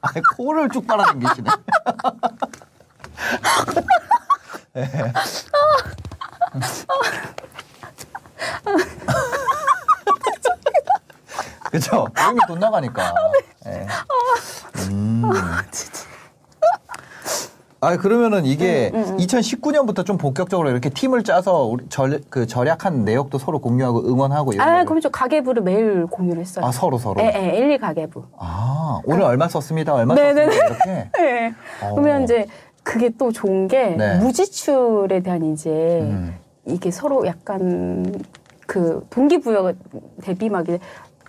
[SPEAKER 3] 아, 코를 쭉 빨아당기시네. 네. 그쵸? 모이면 돈
[SPEAKER 2] 아,
[SPEAKER 3] 나가니까. 네. 음. 아 그러면은 이게
[SPEAKER 2] 음,
[SPEAKER 3] 2019년부터 좀 본격적으로 이렇게 팀을 짜서 우리 절, 그 절약한 내역도 서로 공유하고 응원하고 이런
[SPEAKER 2] 아
[SPEAKER 3] 거를-
[SPEAKER 2] 그럼 저 가계부를 매일 공유를 했어요.
[SPEAKER 3] 아 서로 서로.
[SPEAKER 2] 예, 예, 일일 가계부.
[SPEAKER 3] 아 오늘 얼마 썼습니다. 얼마
[SPEAKER 2] 그 네네네.
[SPEAKER 3] 썼습니다. 이렇게.
[SPEAKER 2] 예.
[SPEAKER 3] 어.
[SPEAKER 2] 그러면 이제 그게 또 좋은 게
[SPEAKER 3] 네.
[SPEAKER 2] 무지출에 대한 이제
[SPEAKER 3] 음.
[SPEAKER 2] 이게 서로 약간 그 동기부여 대비 막 이제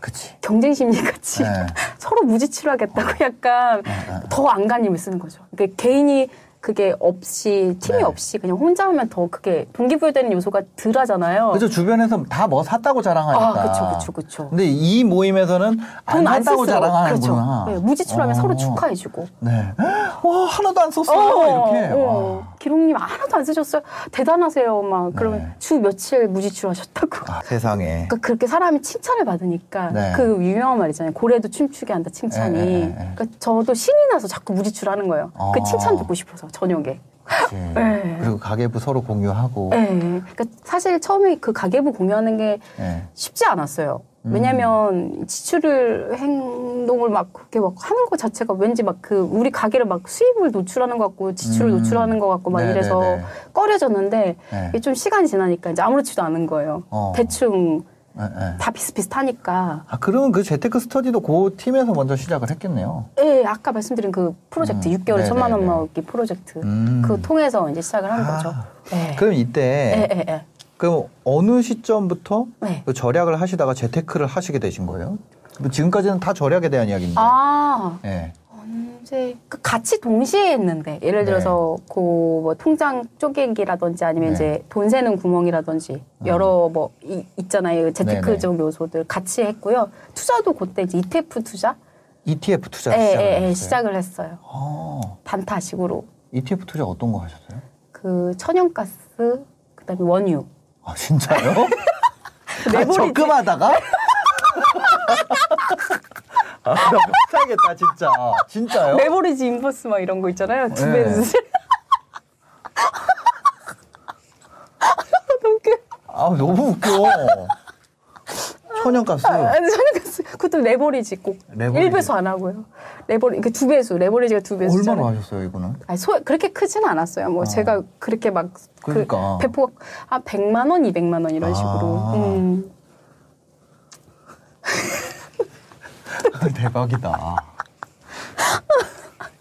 [SPEAKER 3] 그치.
[SPEAKER 2] 경쟁 심리 같이
[SPEAKER 3] 네.
[SPEAKER 2] 서로 무지출하겠다고 약간 더 안간힘을 쓰는 거죠. 그러니까 개인이 그게 없이 팀이
[SPEAKER 3] 네.
[SPEAKER 2] 없이 그냥 혼자 하면 더 그게 동기부여되는 요소가 덜하잖아요.
[SPEAKER 3] 그죠 주변에서 다 뭐 샀다고 자랑하니까.
[SPEAKER 2] 아, 그쵸, 그쵸, 그쵸.
[SPEAKER 3] 어. 근데 이 모임에서는 안
[SPEAKER 2] 돈안
[SPEAKER 3] 샀다고
[SPEAKER 2] 쓰고
[SPEAKER 3] 자랑하는구나.
[SPEAKER 2] 그렇죠. 네, 무지출하면
[SPEAKER 3] 어.
[SPEAKER 2] 서로 축하해주고.
[SPEAKER 3] 네. 와 하나도 안 썼어. 이렇게.
[SPEAKER 2] 어.
[SPEAKER 3] 와.
[SPEAKER 2] 기록님 하나도 안 쓰셨어요. 대단하세요. 막 그러면
[SPEAKER 3] 네.
[SPEAKER 2] 주 며칠 무지출하셨다고.
[SPEAKER 3] 아, 세상에.
[SPEAKER 2] 그러니까 그렇게 사람이 칭찬을 받으니까
[SPEAKER 3] 네.
[SPEAKER 2] 그 유명한 말 있잖아요. 고래도 춤추게 한다 칭찬이.
[SPEAKER 3] 네, 네, 네, 네.
[SPEAKER 2] 그러니까 저도 신이 나서 자꾸 무지출하는 거예요.
[SPEAKER 3] 어.
[SPEAKER 2] 그 칭찬 듣고 싶어서 저녁에.
[SPEAKER 3] 그치.
[SPEAKER 2] 네.
[SPEAKER 3] 그리고 가계부 서로 공유하고.
[SPEAKER 2] 예. 그러니까 사실 처음에 그 가계부 공유하는 게
[SPEAKER 3] 네.
[SPEAKER 2] 쉽지 않았어요.
[SPEAKER 3] 음.
[SPEAKER 2] 왜냐면 지출을 행동을 막 그렇게 막 하는 것 자체가 왠지 막 그 우리 가게를 막 수입을 노출하는 것 같고 지출을
[SPEAKER 3] 음.
[SPEAKER 2] 노출하는 것 같고 막
[SPEAKER 3] 네,
[SPEAKER 2] 이래서
[SPEAKER 3] 네, 네.
[SPEAKER 2] 꺼려졌는데
[SPEAKER 3] 네.
[SPEAKER 2] 이게 좀 시간이 지나니까 이제 아무렇지도 않은 거예요.
[SPEAKER 3] 어.
[SPEAKER 2] 대충
[SPEAKER 3] 네, 네.
[SPEAKER 2] 다 비슷비슷하니까.
[SPEAKER 3] 아, 그러면 그 재테크 스터디도 그 팀에서 먼저 시작을 했겠네요.
[SPEAKER 2] 예, 아까 말씀드린 그 프로젝트
[SPEAKER 3] 음.
[SPEAKER 2] 6개월에
[SPEAKER 3] 네,
[SPEAKER 2] 천만
[SPEAKER 3] 네,
[SPEAKER 2] 원
[SPEAKER 3] 네.
[SPEAKER 2] 먹기 프로젝트
[SPEAKER 3] 음.
[SPEAKER 2] 그거 통해서 이제 시작을 한
[SPEAKER 3] 아.
[SPEAKER 2] 거죠. 예.
[SPEAKER 3] 그럼 이때
[SPEAKER 2] 예, 예, 예.
[SPEAKER 3] 그럼 어느 시점부터
[SPEAKER 2] 네.
[SPEAKER 3] 그 절약을 하시다가 재테크를 하시게 되신 거예요? 뭐 지금까지는 다 절약에 대한 이야기인데.
[SPEAKER 2] 아,
[SPEAKER 3] 예.
[SPEAKER 2] 언제 그 같이 동시에 했는데 예를 들어서 그 뭐 통장 쪼개기라든지 아니면
[SPEAKER 3] 네. 음.
[SPEAKER 2] 이제 돈 새는 구멍이라든지 여러 뭐 이- 있잖아요
[SPEAKER 3] 네,
[SPEAKER 2] 재테크적 요소들 같이 했고요 투자도 그때 이제 ETF 투자
[SPEAKER 3] ETF E 투자
[SPEAKER 2] 예,
[SPEAKER 3] 시작을
[SPEAKER 2] 예, 예,
[SPEAKER 3] 했어요.
[SPEAKER 2] 시작을 했어요
[SPEAKER 3] 어,
[SPEAKER 2] 단타식으로
[SPEAKER 3] ETF E 투자 어떤 거 하셨어요?
[SPEAKER 2] 그 천연가스 그다음에 원유
[SPEAKER 3] 아 진짜요? 아,
[SPEAKER 2] 내버리지.
[SPEAKER 3] 적금하다가? 아, 나 못하겠다 진짜. 진짜요?
[SPEAKER 2] 레버리지 인버스 막 이런 거 있잖아요 두
[SPEAKER 3] 어? 네.
[SPEAKER 2] 배 주세 너무 웃겨
[SPEAKER 3] 아 너무 웃겨. 천연가스.
[SPEAKER 2] 아니, 천연가스. 그것도 레버리지 꼭.
[SPEAKER 3] 레버리지.
[SPEAKER 2] 1배수 안 하고요. 레버리, 이게 두 배수. 레버리지가 두 배수.
[SPEAKER 3] 얼마나 하셨어요 이거는?
[SPEAKER 2] 아니, 소, 그렇게 크진 않았어요. 뭐, 제가 그렇게 막. 그
[SPEAKER 3] 그러니까.
[SPEAKER 2] 배포가, 아, 100만원, 200만원 이런
[SPEAKER 3] 아.
[SPEAKER 2] 식으로. 음.
[SPEAKER 3] 대박이다.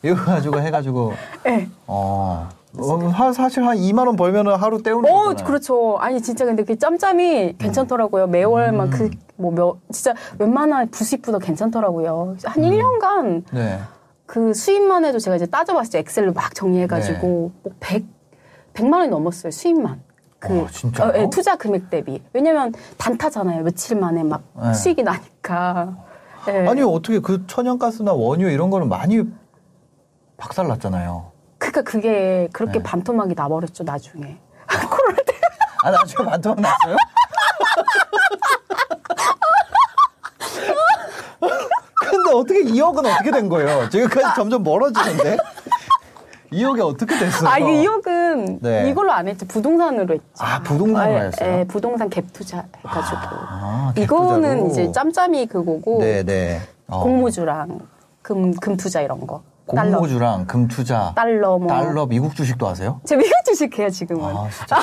[SPEAKER 3] 이거 가지고 해가지고
[SPEAKER 2] 예.
[SPEAKER 3] 어, 어, 하- 사실 한 2만 원 벌면은 하루 때우는
[SPEAKER 2] 어,
[SPEAKER 3] 거잖아요.
[SPEAKER 2] 그렇죠. 아니, 진짜 근데 그 짬짬이 괜찮더라고요. 매월만
[SPEAKER 3] 음.
[SPEAKER 2] 그, 뭐, 몇, 진짜 웬만한 부수입보다 괜찮더라고요. 한
[SPEAKER 3] 음.
[SPEAKER 2] 1년간
[SPEAKER 3] 네.
[SPEAKER 2] 그 수입만 해도 제가 이제 따져봤을 때 엑셀로 막 정리해가지고
[SPEAKER 3] 네.
[SPEAKER 2] 뭐 100, 100만 원이 넘었어요. 수입만.
[SPEAKER 3] 어, 진짜요?
[SPEAKER 2] 예, 투자 금액 대비. 왜냐면 단타잖아요. 며칠 만에 막
[SPEAKER 3] 네.
[SPEAKER 2] 수익이 나니까. 예.
[SPEAKER 3] 아니 어떻게 그 천연가스나 원유 이런 거는 많이 박살났잖아요.
[SPEAKER 2] 그러니까 그게 그렇게
[SPEAKER 3] 네.
[SPEAKER 2] 반토막이 나버렸죠. 나중에. 코로나 때
[SPEAKER 3] 아 나중에 반토막 났어요? 근데 어떻게 2억은 어떻게 된 거예요? 지금까지 점점 멀어지는데 2억이 어떻게 됐어요?
[SPEAKER 2] 아, 이게 이억은 저는
[SPEAKER 3] 네.
[SPEAKER 2] 이걸로 안 했지 부동산으로 했죠.
[SPEAKER 3] 아, 부동산으로
[SPEAKER 2] 예,
[SPEAKER 3] 하셨어요?
[SPEAKER 2] 예, 부동산 갭 투자 해가지고
[SPEAKER 3] 아,
[SPEAKER 2] 이거는
[SPEAKER 3] 갭투자로.
[SPEAKER 2] 이제 짬짬이 그거고
[SPEAKER 3] 네네. 어,
[SPEAKER 2] 공모주랑 금, 금 투자 이런 거. 달러.
[SPEAKER 3] 공모주랑 금투자,
[SPEAKER 2] 달러 뭐.
[SPEAKER 3] 달러, 미국 주식도 하세요?
[SPEAKER 2] 제가 미국 주식해요, 지금은.
[SPEAKER 3] 아 진짜.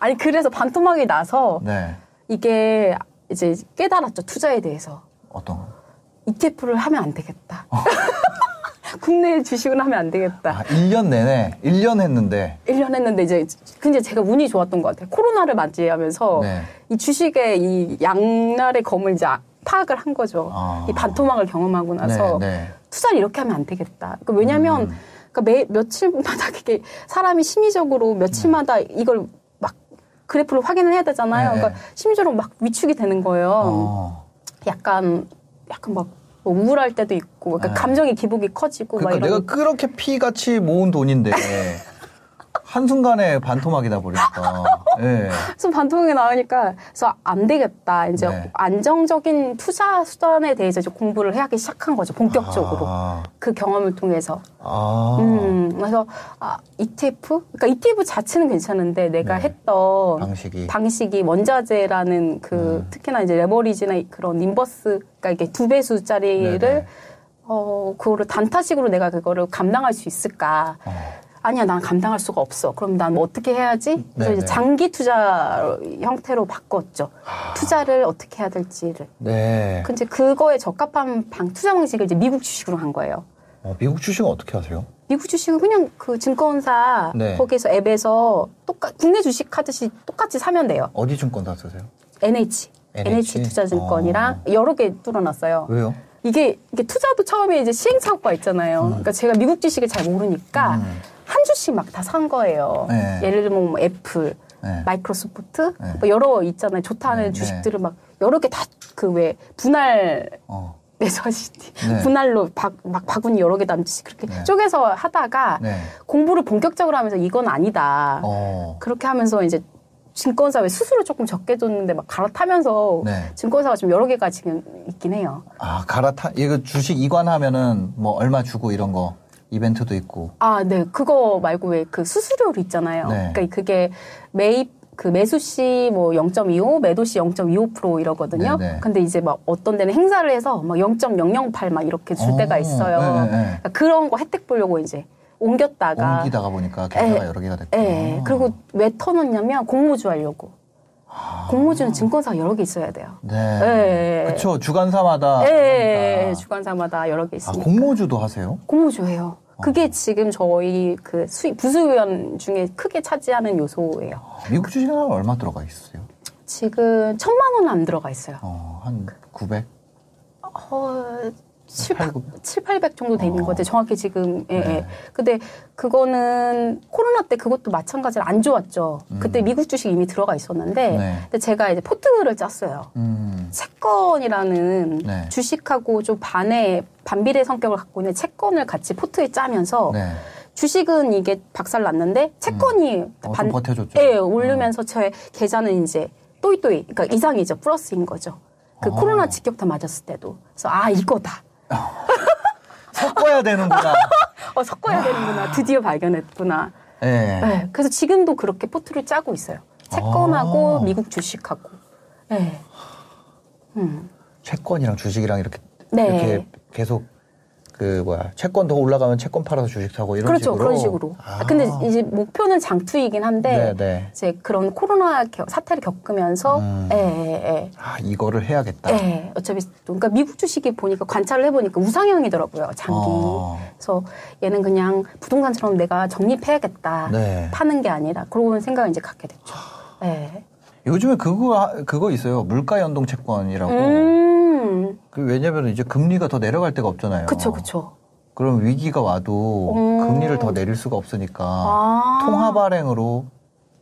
[SPEAKER 2] 아. 니 그래서 반토막이 나서
[SPEAKER 3] 네.
[SPEAKER 2] 이게 이제 깨달았죠, 투자에 대해서.
[SPEAKER 3] 어떤? 거?
[SPEAKER 2] ETF를 하면 안 되겠다. 국내 주식은 하면 안 되겠다.
[SPEAKER 3] 어. 아, 1년 내내 1년 했는데.
[SPEAKER 2] 일 1년 했는데 이제 근데 제가 운이 좋았던 것 같아요. 코로나를 맞이하면서
[SPEAKER 3] 네.
[SPEAKER 2] 이 주식의 이 양날의 검을 이제 아- 파악을 한 거죠.
[SPEAKER 3] 아.
[SPEAKER 2] 이 반토막을 경험하고 나서
[SPEAKER 3] 네, 네.
[SPEAKER 2] 투자를 이렇게 하면 안 되겠다. 그 왜냐하면
[SPEAKER 3] 음.
[SPEAKER 2] 그러니까 매, 며칠마다 그게 사람이 심리적으로 며칠마다 이걸 막 그래프를 확인을 해야 되잖아요.
[SPEAKER 3] 네,
[SPEAKER 2] 그러니까
[SPEAKER 3] 네.
[SPEAKER 2] 심리적으로 막 위축이 되는 거예요.
[SPEAKER 3] 어.
[SPEAKER 2] 약간 약간 막뭐 우울할 때도 있고, 그러니까
[SPEAKER 3] 네.
[SPEAKER 2] 감정의 기복이 커지고
[SPEAKER 3] 그러니까
[SPEAKER 2] 뭐 막
[SPEAKER 3] 내가
[SPEAKER 2] 이런.
[SPEAKER 3] 그렇게 피같이 모은 돈인데 한순간에 반토막이다 버리니까. 예.
[SPEAKER 2] 그래서 반통이 나오니까 그래서 안 되겠다. 이제
[SPEAKER 3] 네.
[SPEAKER 2] 안정적인 투자 수단에 대해서 이제 공부를 하기 시작한 거죠. 본격적으로
[SPEAKER 3] 아.
[SPEAKER 2] 그 경험을 통해서.
[SPEAKER 3] 아.
[SPEAKER 2] 음, 그래서 아, ETF? 그러니까 ETF 자체는 괜찮은데 내가
[SPEAKER 3] 네.
[SPEAKER 2] 했던
[SPEAKER 3] 방식이. 음.
[SPEAKER 2] 방식이 원자재라는 그 특히나 이제 레버리지나 그런 인버스 그러니까 이게 두 배수짜리를
[SPEAKER 3] 네네.
[SPEAKER 2] 어 그거를 단타식으로 내가 그거를 감당할 수 있을까?
[SPEAKER 3] 어. 아니야,
[SPEAKER 2] 아니야, 난 감당할 수가 없어. 그럼 난뭐 어떻게 해야지? 그래서
[SPEAKER 3] 음, 네네.
[SPEAKER 2] 이제 장기 투자 형태로 바꿨죠. 투자를 어떻게 해야 될지를.
[SPEAKER 3] 아. 네.
[SPEAKER 2] 근데 그거에 적합한 방 투자 방식을 이제 미국 주식으로 한 거예요.
[SPEAKER 3] 어, 미국 주식은 어떻게 하세요?
[SPEAKER 2] 미국 주식은 그냥 그 증권사
[SPEAKER 3] 네.
[SPEAKER 2] 거기서 앱에서 똑같 국내 주식 하듯이 똑같이 사면 돼요.
[SPEAKER 3] 어디 증권사 쓰세요?
[SPEAKER 2] NH
[SPEAKER 3] NH?
[SPEAKER 2] NH, 투자증권이랑
[SPEAKER 3] 어.
[SPEAKER 2] 여러 개 뚫어놨어요.
[SPEAKER 3] 왜요?
[SPEAKER 2] 이게 이게 투자도 처음에 이제 시행착오가 있잖아요. 그러니까 제가 미국 주식을 잘 모르니까
[SPEAKER 3] 음.
[SPEAKER 2] 한 주씩 막 다 산 거예요.
[SPEAKER 3] 네.
[SPEAKER 2] 예를 들면 뭐 애플,
[SPEAKER 3] 네.
[SPEAKER 2] 마이크로소프트
[SPEAKER 3] 네.
[SPEAKER 2] 뭐 여러 있잖아요. 좋다는
[SPEAKER 3] 네,
[SPEAKER 2] 주식들을 막 여러 개 다 그 왜 분할
[SPEAKER 3] 어.
[SPEAKER 2] 매서시티
[SPEAKER 3] 네.
[SPEAKER 2] 분할로 바, 막 바구니 여러 개 남짓 그렇게
[SPEAKER 3] 네.
[SPEAKER 2] 쪼개서 하다가
[SPEAKER 3] 네.
[SPEAKER 2] 공부를 본격적으로 하면서 이건 아니다.
[SPEAKER 3] 어.
[SPEAKER 2] 그렇게 하면서 이제 증권사 왜 수수료 조금 적게 줬는데 막 갈아타면서
[SPEAKER 3] 네.
[SPEAKER 2] 증권사가 좀 여러 개가 지금 있긴 해요.
[SPEAKER 3] 아, 갈아타 이거 주식 이관하면은 뭐 얼마 주고 이런 거 이벤트도 있고.
[SPEAKER 2] 아, 네. 그거 말고 왜 그 수수료로 있잖아요.
[SPEAKER 3] 네.
[SPEAKER 2] 그러니까 그게 매입 그 매수 시 뭐 0.25, 매도 시 0.25% 이러거든요.
[SPEAKER 3] 네, 네.
[SPEAKER 2] 근데 이제 막 어떤 데는 행사를 해서 막 0.008 막 이렇게 줄
[SPEAKER 3] 어,
[SPEAKER 2] 때가 있어요.
[SPEAKER 3] 네, 네, 네.
[SPEAKER 2] 그러니까 그런 거 혜택 보려고 이제 옮겼다가
[SPEAKER 3] 옮기다가 보니까 계좌가
[SPEAKER 2] 예.
[SPEAKER 3] 여러 개가 됐고.
[SPEAKER 2] 예. 그리고 왜 터놓냐면 공모주 하려고. 공모주는 증권사가 여러 개 있어야 돼요.
[SPEAKER 3] 네.
[SPEAKER 2] 예.
[SPEAKER 3] 그쵸 주간사마다.
[SPEAKER 2] 예, 예,
[SPEAKER 3] 다르니까.
[SPEAKER 2] 예. 주관사마다 여러
[SPEAKER 3] 아,
[SPEAKER 2] 개 있으니까.
[SPEAKER 3] 공모주도 아. 하세요?
[SPEAKER 2] 공모주 해요. 그게 지금 저희 그 수익 부수위원 중에 크게 차지하는 요소예요.
[SPEAKER 3] 미국 주식은 얼마 들어가 있어요?
[SPEAKER 2] 지금 천만 원은 안 들어가 있어요.
[SPEAKER 3] 어, 한 900?
[SPEAKER 2] 어, 7,
[SPEAKER 3] 아. 팔,
[SPEAKER 2] 8,
[SPEAKER 3] 구백?
[SPEAKER 2] 800 정도 돼 있는
[SPEAKER 3] 어.
[SPEAKER 2] 것 같아요. 정확히 지금. 예,
[SPEAKER 3] 네.
[SPEAKER 2] 예. 근데 그거는 코로나 때 그것도 마찬가지로 안 좋았죠. 그때 미국 주식 이미 들어가 있었는데.
[SPEAKER 3] 음. 네.
[SPEAKER 2] 근데 제가 이제 포트를 짰어요.
[SPEAKER 3] 음.
[SPEAKER 2] 채권이라는
[SPEAKER 3] 네.
[SPEAKER 2] 주식하고 좀 반의 반비례 성격을 갖고 있는 채권을 같이 포트에 짜면서
[SPEAKER 3] 네.
[SPEAKER 2] 주식은 이게 박살 났는데 채권이
[SPEAKER 3] 어,
[SPEAKER 2] 반
[SPEAKER 3] 좀 버텨줬죠.
[SPEAKER 2] 예, 오르면서 저의 계좌는 이제 또이또이 그러니까 이상이죠. 플러스인 거죠. 그
[SPEAKER 3] 어.
[SPEAKER 2] 코로나 직격탄 맞았을 때도 그래서 아 이거다.
[SPEAKER 3] 섞어야 되는구나.
[SPEAKER 2] 어 섞어야
[SPEAKER 3] 아.
[SPEAKER 2] 되는구나. 드디어 발견했구나.
[SPEAKER 3] 예.
[SPEAKER 2] 예, 그래서 지금도 그렇게 포트를 짜고 있어요. 채권하고
[SPEAKER 3] 어.
[SPEAKER 2] 미국 주식하고. 예. 음.
[SPEAKER 3] 채권이랑 주식이랑 이렇게
[SPEAKER 2] 네.
[SPEAKER 3] 이렇게 계속 그 뭐야 채권 더 올라가면 채권 팔아서 주식 사고 이런
[SPEAKER 2] 그렇죠.
[SPEAKER 3] 식으로.
[SPEAKER 2] 그런 식으로.
[SPEAKER 3] 아.
[SPEAKER 2] 근데 이제 목표는 장투이긴 한데
[SPEAKER 3] 네, 네.
[SPEAKER 2] 이제 그런 코로나 겨- 사태를 겪으면서
[SPEAKER 3] 음.
[SPEAKER 2] 예, 예,
[SPEAKER 3] 아 이거를 해야겠다.
[SPEAKER 2] 예. 예. 어차피 또 그러니까 미국 주식이 보니까 관찰을 해보니까 우상향이더라고요. 장기.
[SPEAKER 3] 어.
[SPEAKER 2] 그래서 얘는 그냥 부동산처럼 내가 적립해야겠다.
[SPEAKER 3] 네. 아.
[SPEAKER 2] 파는 게 아니라 그런 생각을 이제 갖게 됐죠. 예.
[SPEAKER 3] 요즘에 그거 하- 그거 있어요. 물가 연동 채권이라고.
[SPEAKER 2] 음.
[SPEAKER 3] 그 왜냐면 이제 금리가 더 내려갈 데가 없잖아요.
[SPEAKER 2] 그쵸, 그쵸.
[SPEAKER 3] 럼 위기가 와도
[SPEAKER 2] 음.
[SPEAKER 3] 금리를 더 내릴 수가 없으니까
[SPEAKER 2] 아.
[SPEAKER 3] 통화 발행으로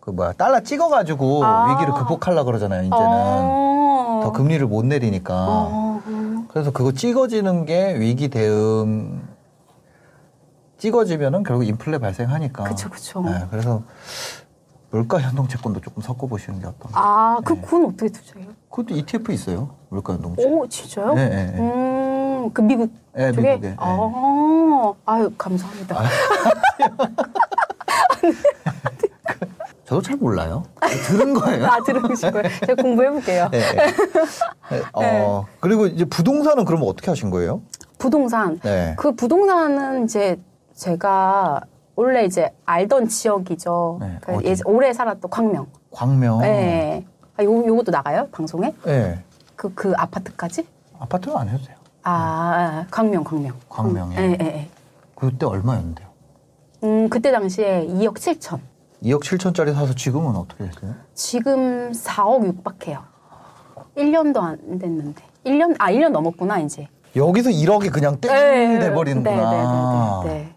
[SPEAKER 3] 그 뭐야 달러 찍어가지고
[SPEAKER 2] 아.
[SPEAKER 3] 위기를 극복하려 그러잖아요. 이제는
[SPEAKER 2] 어.
[SPEAKER 3] 더 금리를 못 내리니까
[SPEAKER 2] 어.
[SPEAKER 3] 그래서 그거 찍어지는 게 위기 대응 찍어지면은 결국 인플레 발생하니까.
[SPEAKER 2] 그쵸, 그쵸.
[SPEAKER 3] 네, 그래서 물가 연동 채권도 조금 섞어 보시는 게 어떤가.
[SPEAKER 2] 아, 그,
[SPEAKER 3] 네.
[SPEAKER 2] 그건 어떻게 투자해요?
[SPEAKER 3] 그것도 ETF 있어요. 물가 연동 채권.
[SPEAKER 2] 오, 진짜요?
[SPEAKER 3] 네, 네, 네.
[SPEAKER 2] 음, 그 미국
[SPEAKER 3] 예,
[SPEAKER 2] 쪽에? 어.
[SPEAKER 3] 미국에, 예.
[SPEAKER 2] 아, 아유, 감사합니다.
[SPEAKER 3] 저도 잘 몰라요. 들은 거예요.
[SPEAKER 2] 아 들으신 거예요? 제가 공부해볼게요.
[SPEAKER 3] 네. 네. 어, 그리고 이제 부동산은 그러면 어떻게 하신 거예요?
[SPEAKER 2] 부동산.
[SPEAKER 3] 네.
[SPEAKER 2] 그 부동산은 이제 제가 원래 이제 알던 지역이죠.
[SPEAKER 3] 네,
[SPEAKER 2] 그
[SPEAKER 3] 어디? 어.
[SPEAKER 2] 예, 오래 살았던 광명.
[SPEAKER 3] 광명.
[SPEAKER 2] 네. 아, 요, 요것도 나가요? 방송에?
[SPEAKER 3] 네.
[SPEAKER 2] 그, 그 아파트까지?
[SPEAKER 3] 아파트는 안 해도 돼요.
[SPEAKER 2] 아, 광명, 광명.
[SPEAKER 3] 광명이요?
[SPEAKER 2] 예, 예, 예.
[SPEAKER 3] 그때 얼마였는데요?
[SPEAKER 2] 음, 그때 당시에 2억 7천.
[SPEAKER 3] 2억 7천짜리 사서 지금은 어떻게 됐어요?
[SPEAKER 2] 지금 4억 육박해요. 1년도 안 됐는데. 1년, 아, 1년 넘었구나, 이제.
[SPEAKER 3] 여기서 1억이 그냥 땡
[SPEAKER 2] 네,
[SPEAKER 3] 돼버리는구나.
[SPEAKER 2] 네, 어. 네, 네, 네, 네.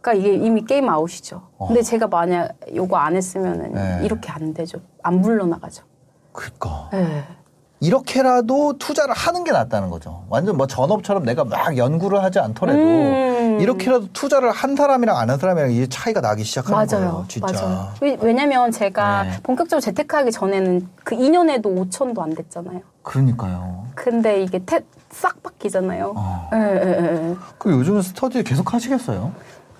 [SPEAKER 2] 그러니까 이게 이미 게임 아웃이죠. 근데 제가 만약 요거 안 했으면은
[SPEAKER 3] 네.
[SPEAKER 2] 이렇게 안 되죠. 안 물러나가죠.
[SPEAKER 3] 그러니까
[SPEAKER 2] 네.
[SPEAKER 3] 이렇게라도 투자를 하는 게 낫다는 거죠. 완전 뭐 전업처럼 내가 막 연구를 하지 않더라도
[SPEAKER 2] 음.
[SPEAKER 3] 이렇게라도 투자를 한 사람이랑 안 한 사람이랑 이제 차이가 나기 시작하는
[SPEAKER 2] 맞아요.
[SPEAKER 3] 거예요. 진짜.
[SPEAKER 2] 맞아요. 왜, 왜냐면 제가
[SPEAKER 3] 네.
[SPEAKER 2] 본격적으로 재테크하기 전에는 그 2년에도 5천도 안 됐잖아요.
[SPEAKER 3] 그러니까요.
[SPEAKER 2] 근데 이게 태, 싹 바뀌잖아요.
[SPEAKER 3] 어.
[SPEAKER 2] 예, 예, 예.
[SPEAKER 3] 그 요즘 은 스터디 계속 하시겠어요?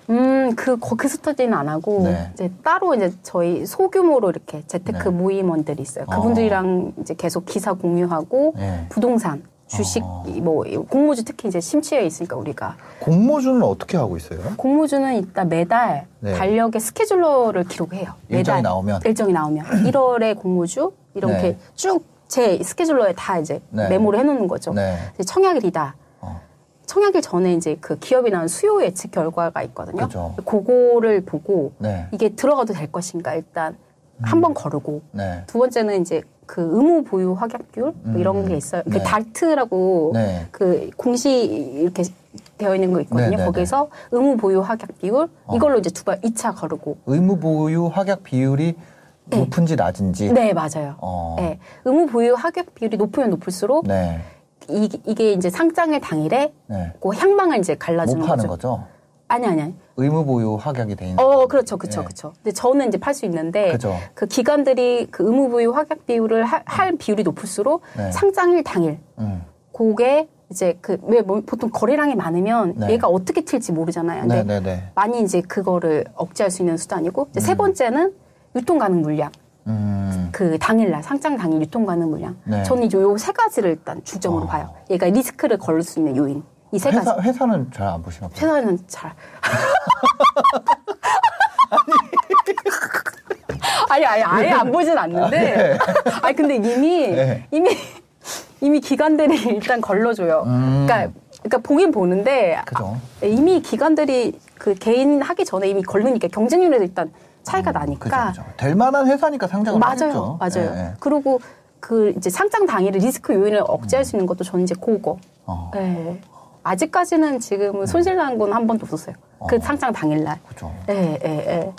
[SPEAKER 2] 음, 그, 거기 스터디는 안 하고,
[SPEAKER 3] 네.
[SPEAKER 2] 이제 따로 이제 저희 소규모로 이렇게 재테크
[SPEAKER 3] 네.
[SPEAKER 2] 모임원들이 있어요.
[SPEAKER 3] 어.
[SPEAKER 2] 그분들이랑 이제 계속 기사 공유하고,
[SPEAKER 3] 네.
[SPEAKER 2] 부동산, 주식,
[SPEAKER 3] 어.
[SPEAKER 2] 이 뭐, 이 공모주 특히 이제 심취해 있으니까 우리가.
[SPEAKER 3] 공모주는 어떻게 하고 있어요?
[SPEAKER 2] 공모주는 일단 매달
[SPEAKER 3] 네.
[SPEAKER 2] 달력에 스케줄러를 기록해요.
[SPEAKER 3] 일정이 나오면?
[SPEAKER 2] 일정이 나오면. 1월에 공모주, 이렇게
[SPEAKER 3] 네.
[SPEAKER 2] 쭉 제 스케줄러에 다 이제
[SPEAKER 3] 네.
[SPEAKER 2] 메모를 해놓는 거죠.
[SPEAKER 3] 네.
[SPEAKER 2] 이제 청약일이다.
[SPEAKER 3] 어.
[SPEAKER 2] 청약일 전에 이제 그 기업이 나온 수요 예측 결과가 있거든요.
[SPEAKER 3] 그죠.
[SPEAKER 2] 그거를 보고
[SPEAKER 3] 네.
[SPEAKER 2] 이게 들어가도 될 것인가 일단
[SPEAKER 3] 음.
[SPEAKER 2] 한 번 거르고
[SPEAKER 3] 네.
[SPEAKER 2] 두 번째는 이제 그 의무 보유 확약률 뭐 이런
[SPEAKER 3] 음.
[SPEAKER 2] 게 있어요.
[SPEAKER 3] 네.
[SPEAKER 2] 그 다트라고
[SPEAKER 3] 네.
[SPEAKER 2] 그 공시 이렇게 되어 있는 거 있거든요.
[SPEAKER 3] 네, 네,
[SPEAKER 2] 거기서 의무 보유 확약 비율
[SPEAKER 3] 어.
[SPEAKER 2] 이걸로 이제 두 번 이 차 거르고
[SPEAKER 3] 의무 보유 확약 비율이
[SPEAKER 2] 네.
[SPEAKER 3] 높은지 낮은지.
[SPEAKER 2] 네 맞아요.
[SPEAKER 3] 어.
[SPEAKER 2] 네. 의무 보유 확약 비율이 높으면 높을수록
[SPEAKER 3] 네.
[SPEAKER 2] 이, 이게 이제 상장일 당일에
[SPEAKER 3] 네.
[SPEAKER 2] 그 향방을 이제
[SPEAKER 3] 못
[SPEAKER 2] 갈라주는
[SPEAKER 3] 파는
[SPEAKER 2] 거죠.
[SPEAKER 3] 거죠. 네.
[SPEAKER 2] 아니 아니 아니.
[SPEAKER 3] 의무 보유 확약이 돼 있는.
[SPEAKER 2] 어, 그렇죠, 그렇죠,
[SPEAKER 3] 예.
[SPEAKER 2] 그렇죠. 근데 저는 이제 팔 수 있는데
[SPEAKER 3] 그죠. 음.
[SPEAKER 2] 그 기관들이 그 의무 부유 확약 비율을 하- 할 비율이 높을수록
[SPEAKER 3] 네.
[SPEAKER 2] 상장일 당일
[SPEAKER 3] 음.
[SPEAKER 2] 그게 이제 그 왜 보통 거래량이 많으면
[SPEAKER 3] 네.
[SPEAKER 2] 얘가 어떻게 튈지 모르잖아요. 근데
[SPEAKER 3] 네, 네, 네.
[SPEAKER 2] 많이 이제 그거를 억제할 수 있는 수단이고 이제 세 번째는 유통 가능 물량.
[SPEAKER 3] 음.
[SPEAKER 2] 그 당일날 상장 당일 유통 가능 물량.
[SPEAKER 3] 네.
[SPEAKER 2] 저는 요세 가지를 일단 주정으로
[SPEAKER 3] 어.
[SPEAKER 2] 봐요. 얘가 리스크를 걸을 수 있는 요인 이 세 가지.
[SPEAKER 3] 회사 회사는 잘 안 보시나 봐요.
[SPEAKER 2] 최선은 잘. 아니, 아니, 아예 안 보진 않는데. 아니, 근데 이미,
[SPEAKER 3] 네.
[SPEAKER 2] 이미, 이미 기관들이 일단 걸러줘요.
[SPEAKER 3] 음.
[SPEAKER 2] 그러니까, 그러니까 보긴 보는데,
[SPEAKER 3] 그죠.
[SPEAKER 2] 아, 이미 기관들이 그 개인 하기 전에 이미 걸르니까 경쟁률에서 일단 차이가 나니까.
[SPEAKER 3] 음, 그죠, 그죠. 될 만한 회사니까 상장을
[SPEAKER 2] 맞아요.
[SPEAKER 3] 하겠죠.
[SPEAKER 2] 맞아요.
[SPEAKER 3] 예, 예.
[SPEAKER 2] 그리고 그 이제 상장 당일에 리스크 요인을
[SPEAKER 3] 음.
[SPEAKER 2] 억제할 수 있는 것도 저는 이제 그거.
[SPEAKER 3] 어,
[SPEAKER 2] 네. 아직까지는 지금은 손실 난 건 한 번도 없었어요. 그
[SPEAKER 3] 어.
[SPEAKER 2] 상장 당일날.
[SPEAKER 3] 그죠.
[SPEAKER 2] 예, 예, 예.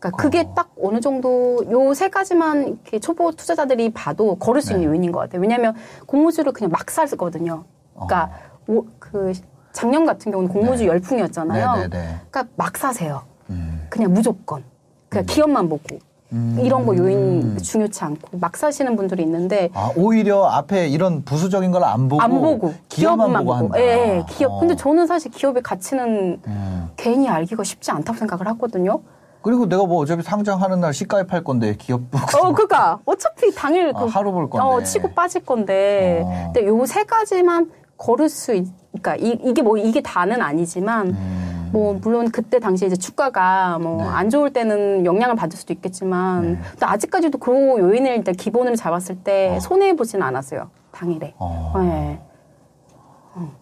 [SPEAKER 2] 그러니까 그게 딱 어느 정도 요 세 가지만 이렇게 초보 투자자들이 봐도 걸을 수
[SPEAKER 3] 네.
[SPEAKER 2] 있는 요인인 것 같아요. 왜냐하면 공모주를 그냥 막 살거든요. 그러니까 오- 그 작년 같은 경우는 공모주
[SPEAKER 3] 어. 네.
[SPEAKER 2] 열풍이었잖아요.
[SPEAKER 3] 네, 네, 네.
[SPEAKER 2] 그러니까 막 사세요.
[SPEAKER 3] 음.
[SPEAKER 2] 그냥 무조건. 그냥 기업만 보고
[SPEAKER 3] 음.
[SPEAKER 2] 이런 거 요인 중요치 않고 막 사시는 분들이 있는데
[SPEAKER 3] 아, 오히려 앞에 이런 부수적인 걸 안 보고
[SPEAKER 2] 안 보고
[SPEAKER 3] 기업만 보고 한다.
[SPEAKER 2] 예, 예, 기업.
[SPEAKER 3] 어.
[SPEAKER 2] 근데 저는 사실 기업의 가치는
[SPEAKER 3] 음.
[SPEAKER 2] 개인이 알기가 쉽지 않다고 생각을 하거든요.
[SPEAKER 3] 그리고 내가 뭐 어차피 상장하는 날 시가에 팔 건데 기업 보고
[SPEAKER 2] 어, 그니까 어차피 당일
[SPEAKER 3] 아,
[SPEAKER 2] 그
[SPEAKER 3] 하루 볼 건데.
[SPEAKER 2] 어, 치고 빠질 건데.
[SPEAKER 3] 어.
[SPEAKER 2] 근데 요 세 가지만 걸을 수 있, 그러니까 이, 이게 뭐 이게 다는 아니지만
[SPEAKER 3] 음.
[SPEAKER 2] 뭐 물론 그때 당시에 이제 주가가 뭐
[SPEAKER 3] 네.
[SPEAKER 2] 안 좋을 때는 영향을 받을 수도 있겠지만
[SPEAKER 3] 네.
[SPEAKER 2] 근데 아직까지도 그 요인을 일단 기본으로 잡았을 때
[SPEAKER 3] 어.
[SPEAKER 2] 손해 보진 않았어요. 당일에.
[SPEAKER 3] 어.
[SPEAKER 2] 네.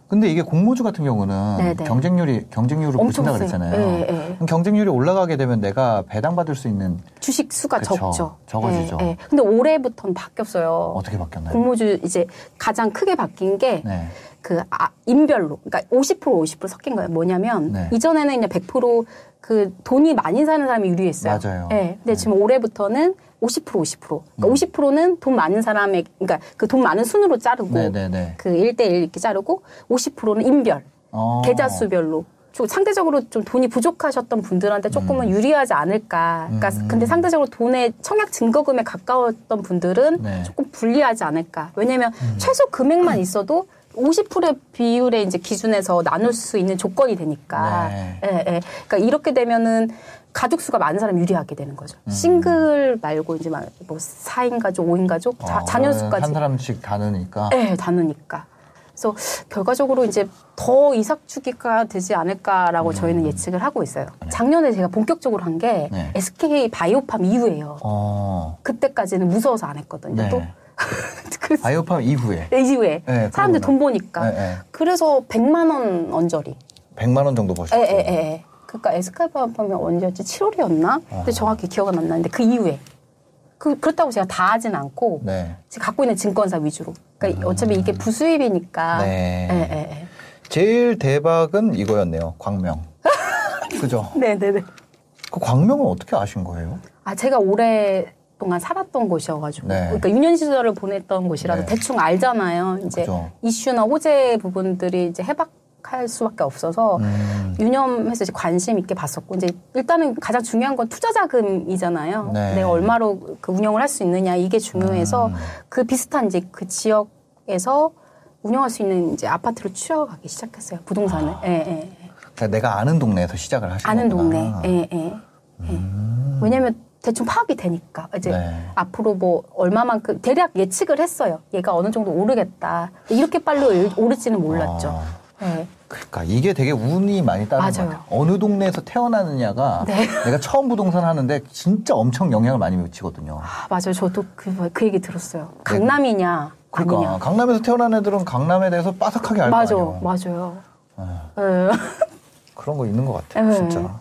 [SPEAKER 3] 근데 이게 공모주 같은 경우는
[SPEAKER 2] 네, 네.
[SPEAKER 3] 경쟁률이 경쟁률을
[SPEAKER 2] 엄청
[SPEAKER 3] 보신다
[SPEAKER 2] 세요.
[SPEAKER 3] 그랬잖아요.
[SPEAKER 2] 예, 예.
[SPEAKER 3] 그럼 경쟁률이 올라가게 되면 내가 배당받을 수 있는
[SPEAKER 2] 주식 수가
[SPEAKER 3] 그쵸.
[SPEAKER 2] 적죠.
[SPEAKER 3] 적어지죠.
[SPEAKER 2] 예, 예. 근데 올해부터는 바뀌었어요.
[SPEAKER 3] 어떻게 바뀌었나요?
[SPEAKER 2] 공모주 이제 가장 크게 바뀐 게
[SPEAKER 3] 네.
[SPEAKER 2] 그 아, 인별로 그러니까 50% 50% 섞인 거예요. 뭐냐면
[SPEAKER 3] 네.
[SPEAKER 2] 이전에는 그냥 100%그 돈이 많이 사는 사람이 유리했어요.
[SPEAKER 3] 맞아요. 네. 음.
[SPEAKER 2] 예. 근데 지금 올해부터는 50% 50%. 그러니까 50%는 돈 많은 사람의 그러니까 그 돈 많은 순으로 자르고
[SPEAKER 3] 네, 네, 네.
[SPEAKER 2] 그 1대1 이렇게 자르고 50%는 인별
[SPEAKER 3] 어.
[SPEAKER 2] 계좌 수별로 좀 상대적으로 좀 돈이 부족하셨던 분들한테 조금은 유리하지 않을까. 그러니까
[SPEAKER 3] 음.
[SPEAKER 2] 근데 상대적으로 돈의 청약 증거금에 가까웠던 분들은
[SPEAKER 3] 네. 음.
[SPEAKER 2] 조금 불리하지 않을까. 왜냐하면 최소 금액만 있어도 50%의 비율의 이제 기준에서 나눌 수 있는 조건이 되니까.
[SPEAKER 3] 네.
[SPEAKER 2] 예, 예. 그러니까 이렇게 되면은 가족 수가 많은 사람 유리하게 되는 거죠.
[SPEAKER 3] 음.
[SPEAKER 2] 싱글 말고 이제 막뭐 4인 가족, 5인 가족, 자,
[SPEAKER 3] 어,
[SPEAKER 2] 자녀
[SPEAKER 3] 한
[SPEAKER 2] 수까지
[SPEAKER 3] 사람씩 다누니까.
[SPEAKER 2] 네, 다누니까. 그래서 결과적으로 이제 더 이삭 주기가 되지 않을까라고
[SPEAKER 3] 음.
[SPEAKER 2] 저희는 예측을 하고 있어요. 작년에 제가 본격적으로 한 게
[SPEAKER 3] 네.
[SPEAKER 2] SK 바이오팜 이후예요.
[SPEAKER 3] 어.
[SPEAKER 2] 그때까지는 무서워서 안 했거든요.
[SPEAKER 3] 네.
[SPEAKER 2] 또 그래서
[SPEAKER 3] 바이오팜 이후에
[SPEAKER 2] 이후에
[SPEAKER 3] 네, 그러구나.
[SPEAKER 2] 사람들 돈 보니까
[SPEAKER 3] 네, 네.
[SPEAKER 2] 그래서 100만 원 언저리.
[SPEAKER 3] 100만 원 정도 버셨죠.
[SPEAKER 2] 예, 예, 예, 예. 그러니까 에스카이 바이오팜이 언제였지? 7월이었나?
[SPEAKER 3] 어.
[SPEAKER 2] 근데 정확히 기억은 안 나는데 그 이후에 그 그렇다고 제가 다 하진 않고
[SPEAKER 3] 네.
[SPEAKER 2] 지금 갖고 있는 증권사 위주로. 그러니까 어차피 이게 부수입이니까.
[SPEAKER 3] 음. 네.
[SPEAKER 2] 예, 예,
[SPEAKER 3] 제일 대박은 이거였네요. 광명. 그죠?
[SPEAKER 2] 예. 네, 네, 네.
[SPEAKER 3] 그 광명은 어떻게 아신 거예요?
[SPEAKER 2] 아 제가 오랫동안 살았던 곳이어가지고,
[SPEAKER 3] 네.
[SPEAKER 2] 그러니까 유년 시절을 보냈던 곳이라서
[SPEAKER 3] 네.
[SPEAKER 2] 대충 알잖아요. 이제
[SPEAKER 3] 그죠.
[SPEAKER 2] 이슈나 호재 부분들이 이제 해박할 수밖에 없어서
[SPEAKER 3] 음.
[SPEAKER 2] 유념해서 이제 관심 있게 봤었고 이제 일단은 가장 중요한 건 투자 자금이잖아요.
[SPEAKER 3] 네.
[SPEAKER 2] 내가 얼마로 그 운영을 할 수 있느냐 이게 중요해서
[SPEAKER 3] 음.
[SPEAKER 2] 그 비슷한 이제 그 지역에서 운영할 수 있는 이제 아파트를 추려가기 시작했어요.
[SPEAKER 3] 아,
[SPEAKER 2] 부동산을. 예, 예, 예.
[SPEAKER 3] 그러니까 내가 아는 동네에서 시작을 하신
[SPEAKER 2] 아는 동네.
[SPEAKER 3] 거구나. 음.
[SPEAKER 2] 예, 예. 예. 왜냐면 대충 파악이 되니까 이제
[SPEAKER 3] 네.
[SPEAKER 2] 앞으로 뭐 얼마만큼 대략 예측을 했어요. 얘가 어느 정도 오르겠다. 이렇게 빨리 오를지는 몰랐죠.
[SPEAKER 3] 아,
[SPEAKER 2] 예.
[SPEAKER 3] 그러니까 이게 되게 운이 많이 따르는
[SPEAKER 2] 맞아요.
[SPEAKER 3] 것 같아요. 어느 동네에서 태어나느냐가
[SPEAKER 2] 네.
[SPEAKER 3] 내가 처음 부동산 하는데 진짜 엄청 영향을 많이 미치거든요.
[SPEAKER 2] 아, 맞아요. 저도 그, 그 얘기 들었어요. 강남이냐
[SPEAKER 3] 네. 그러니까
[SPEAKER 2] 아니냐.
[SPEAKER 3] 강남에서 태어난 애들은 강남에 대해서 빠삭하게 알거
[SPEAKER 2] 맞아,
[SPEAKER 3] 아니에요.
[SPEAKER 2] 맞아요.
[SPEAKER 3] 아.
[SPEAKER 2] 예.
[SPEAKER 3] 그런 거 있는 것 같아요,
[SPEAKER 2] 네.
[SPEAKER 3] 진짜.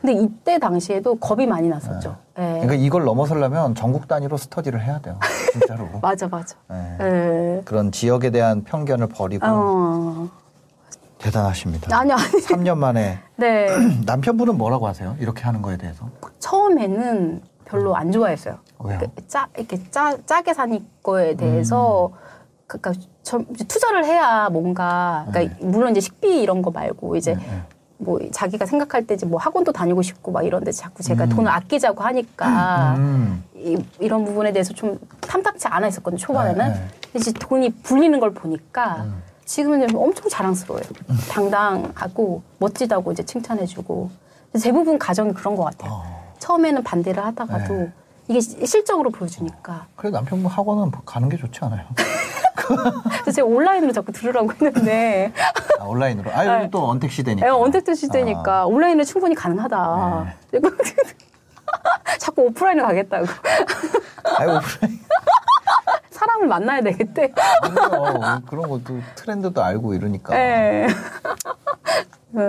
[SPEAKER 2] 근데 이때 당시에도 겁이 많이 났었죠. 예.
[SPEAKER 3] 그러니까 이걸 넘어서려면 전국 단위로 스터디를 해야 돼요, 진짜로.
[SPEAKER 2] 맞아, 맞아.
[SPEAKER 3] 네.
[SPEAKER 2] 예.
[SPEAKER 3] 그런 지역에 대한 편견을 버리고
[SPEAKER 2] 어.
[SPEAKER 3] 대단하십니다.
[SPEAKER 2] 아니, 아니.
[SPEAKER 3] 3년 만에
[SPEAKER 2] 네.
[SPEAKER 3] 남편분은 뭐라고 하세요? 이렇게 하는 거에 대해서
[SPEAKER 2] 처음에는 별로 안 좋아했어요.
[SPEAKER 3] 왜요?
[SPEAKER 2] 그 짜, 이렇게 짜, 짜게 사니 거에
[SPEAKER 3] 음.
[SPEAKER 2] 대해서 그러니까 좀 이제 투자를 해야 뭔가 그러니까
[SPEAKER 3] 네.
[SPEAKER 2] 물론 이제 식비 이런 거 말고 이제 뭐 자기가 생각할 때 이제 뭐 학원도 다니고 싶고 막 이런데 자꾸 제가 돈을 아끼자고 하니까
[SPEAKER 3] 음.
[SPEAKER 2] 이, 이런 부분에 대해서 좀 탐탁치 않아 있었거든요 초반에는
[SPEAKER 3] 네, 음. 네.
[SPEAKER 2] 근데 이제 돈이 불리는 걸 보니까 지금은 좀 엄청 자랑스러워요
[SPEAKER 3] 음.
[SPEAKER 2] 당당하고 멋지다고 이제 칭찬해주고 근데 대부분 가정이 그런 것 같아요
[SPEAKER 3] 어.
[SPEAKER 2] 처음에는 반대를 하다가도
[SPEAKER 3] 네.
[SPEAKER 2] 이게 시- 실적으로 보여주니까
[SPEAKER 3] 그래 남편분 학원은 가는 게 좋지 않아요?
[SPEAKER 2] 그래서 제가 온라인으로 자꾸 들으라고 했는데
[SPEAKER 3] 아, 온라인으로. 아 요즘
[SPEAKER 2] 네.
[SPEAKER 3] 또 언택 시대니까.
[SPEAKER 2] 내가 언택트
[SPEAKER 3] 아.
[SPEAKER 2] 시대니까 온라인은 충분히 가능하다
[SPEAKER 3] 네.
[SPEAKER 2] 자꾸 오프라인을 가겠다고
[SPEAKER 3] 아, 아유 오프라인.
[SPEAKER 2] 사람을 만나야 되겠대
[SPEAKER 3] 아니요. 어, 그런 것도 트렌드도 알고 이러니까.
[SPEAKER 2] 예. 네.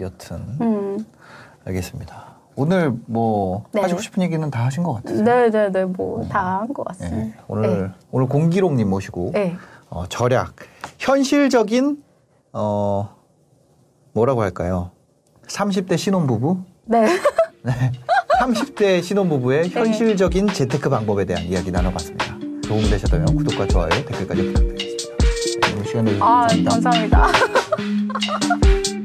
[SPEAKER 3] 여튼
[SPEAKER 2] 음.
[SPEAKER 3] 알겠습니다. 오늘 뭐
[SPEAKER 2] 네.
[SPEAKER 3] 하시고 싶은 얘기는 다 하신 것 같아요.
[SPEAKER 2] 네네네 뭐 다 한 것
[SPEAKER 3] 예,
[SPEAKER 2] 같습니다.
[SPEAKER 3] 오늘
[SPEAKER 2] 네.
[SPEAKER 3] 오늘 공기록님 모시고
[SPEAKER 2] 예. 예.
[SPEAKER 3] 어, 절약, 현실적인 어 뭐라고 할까요? 30대 신혼부부,
[SPEAKER 2] 네.
[SPEAKER 3] 30대 신혼부부의 현실적인 재테크 방법에 대한 이야기 나눠봤습니다. 도움이 되셨다면 구독과 좋아요, 댓글까지 부탁드리겠습니다. 오늘 시간 내주셔서
[SPEAKER 2] 아
[SPEAKER 3] 감사합니다.
[SPEAKER 2] 감사합니다.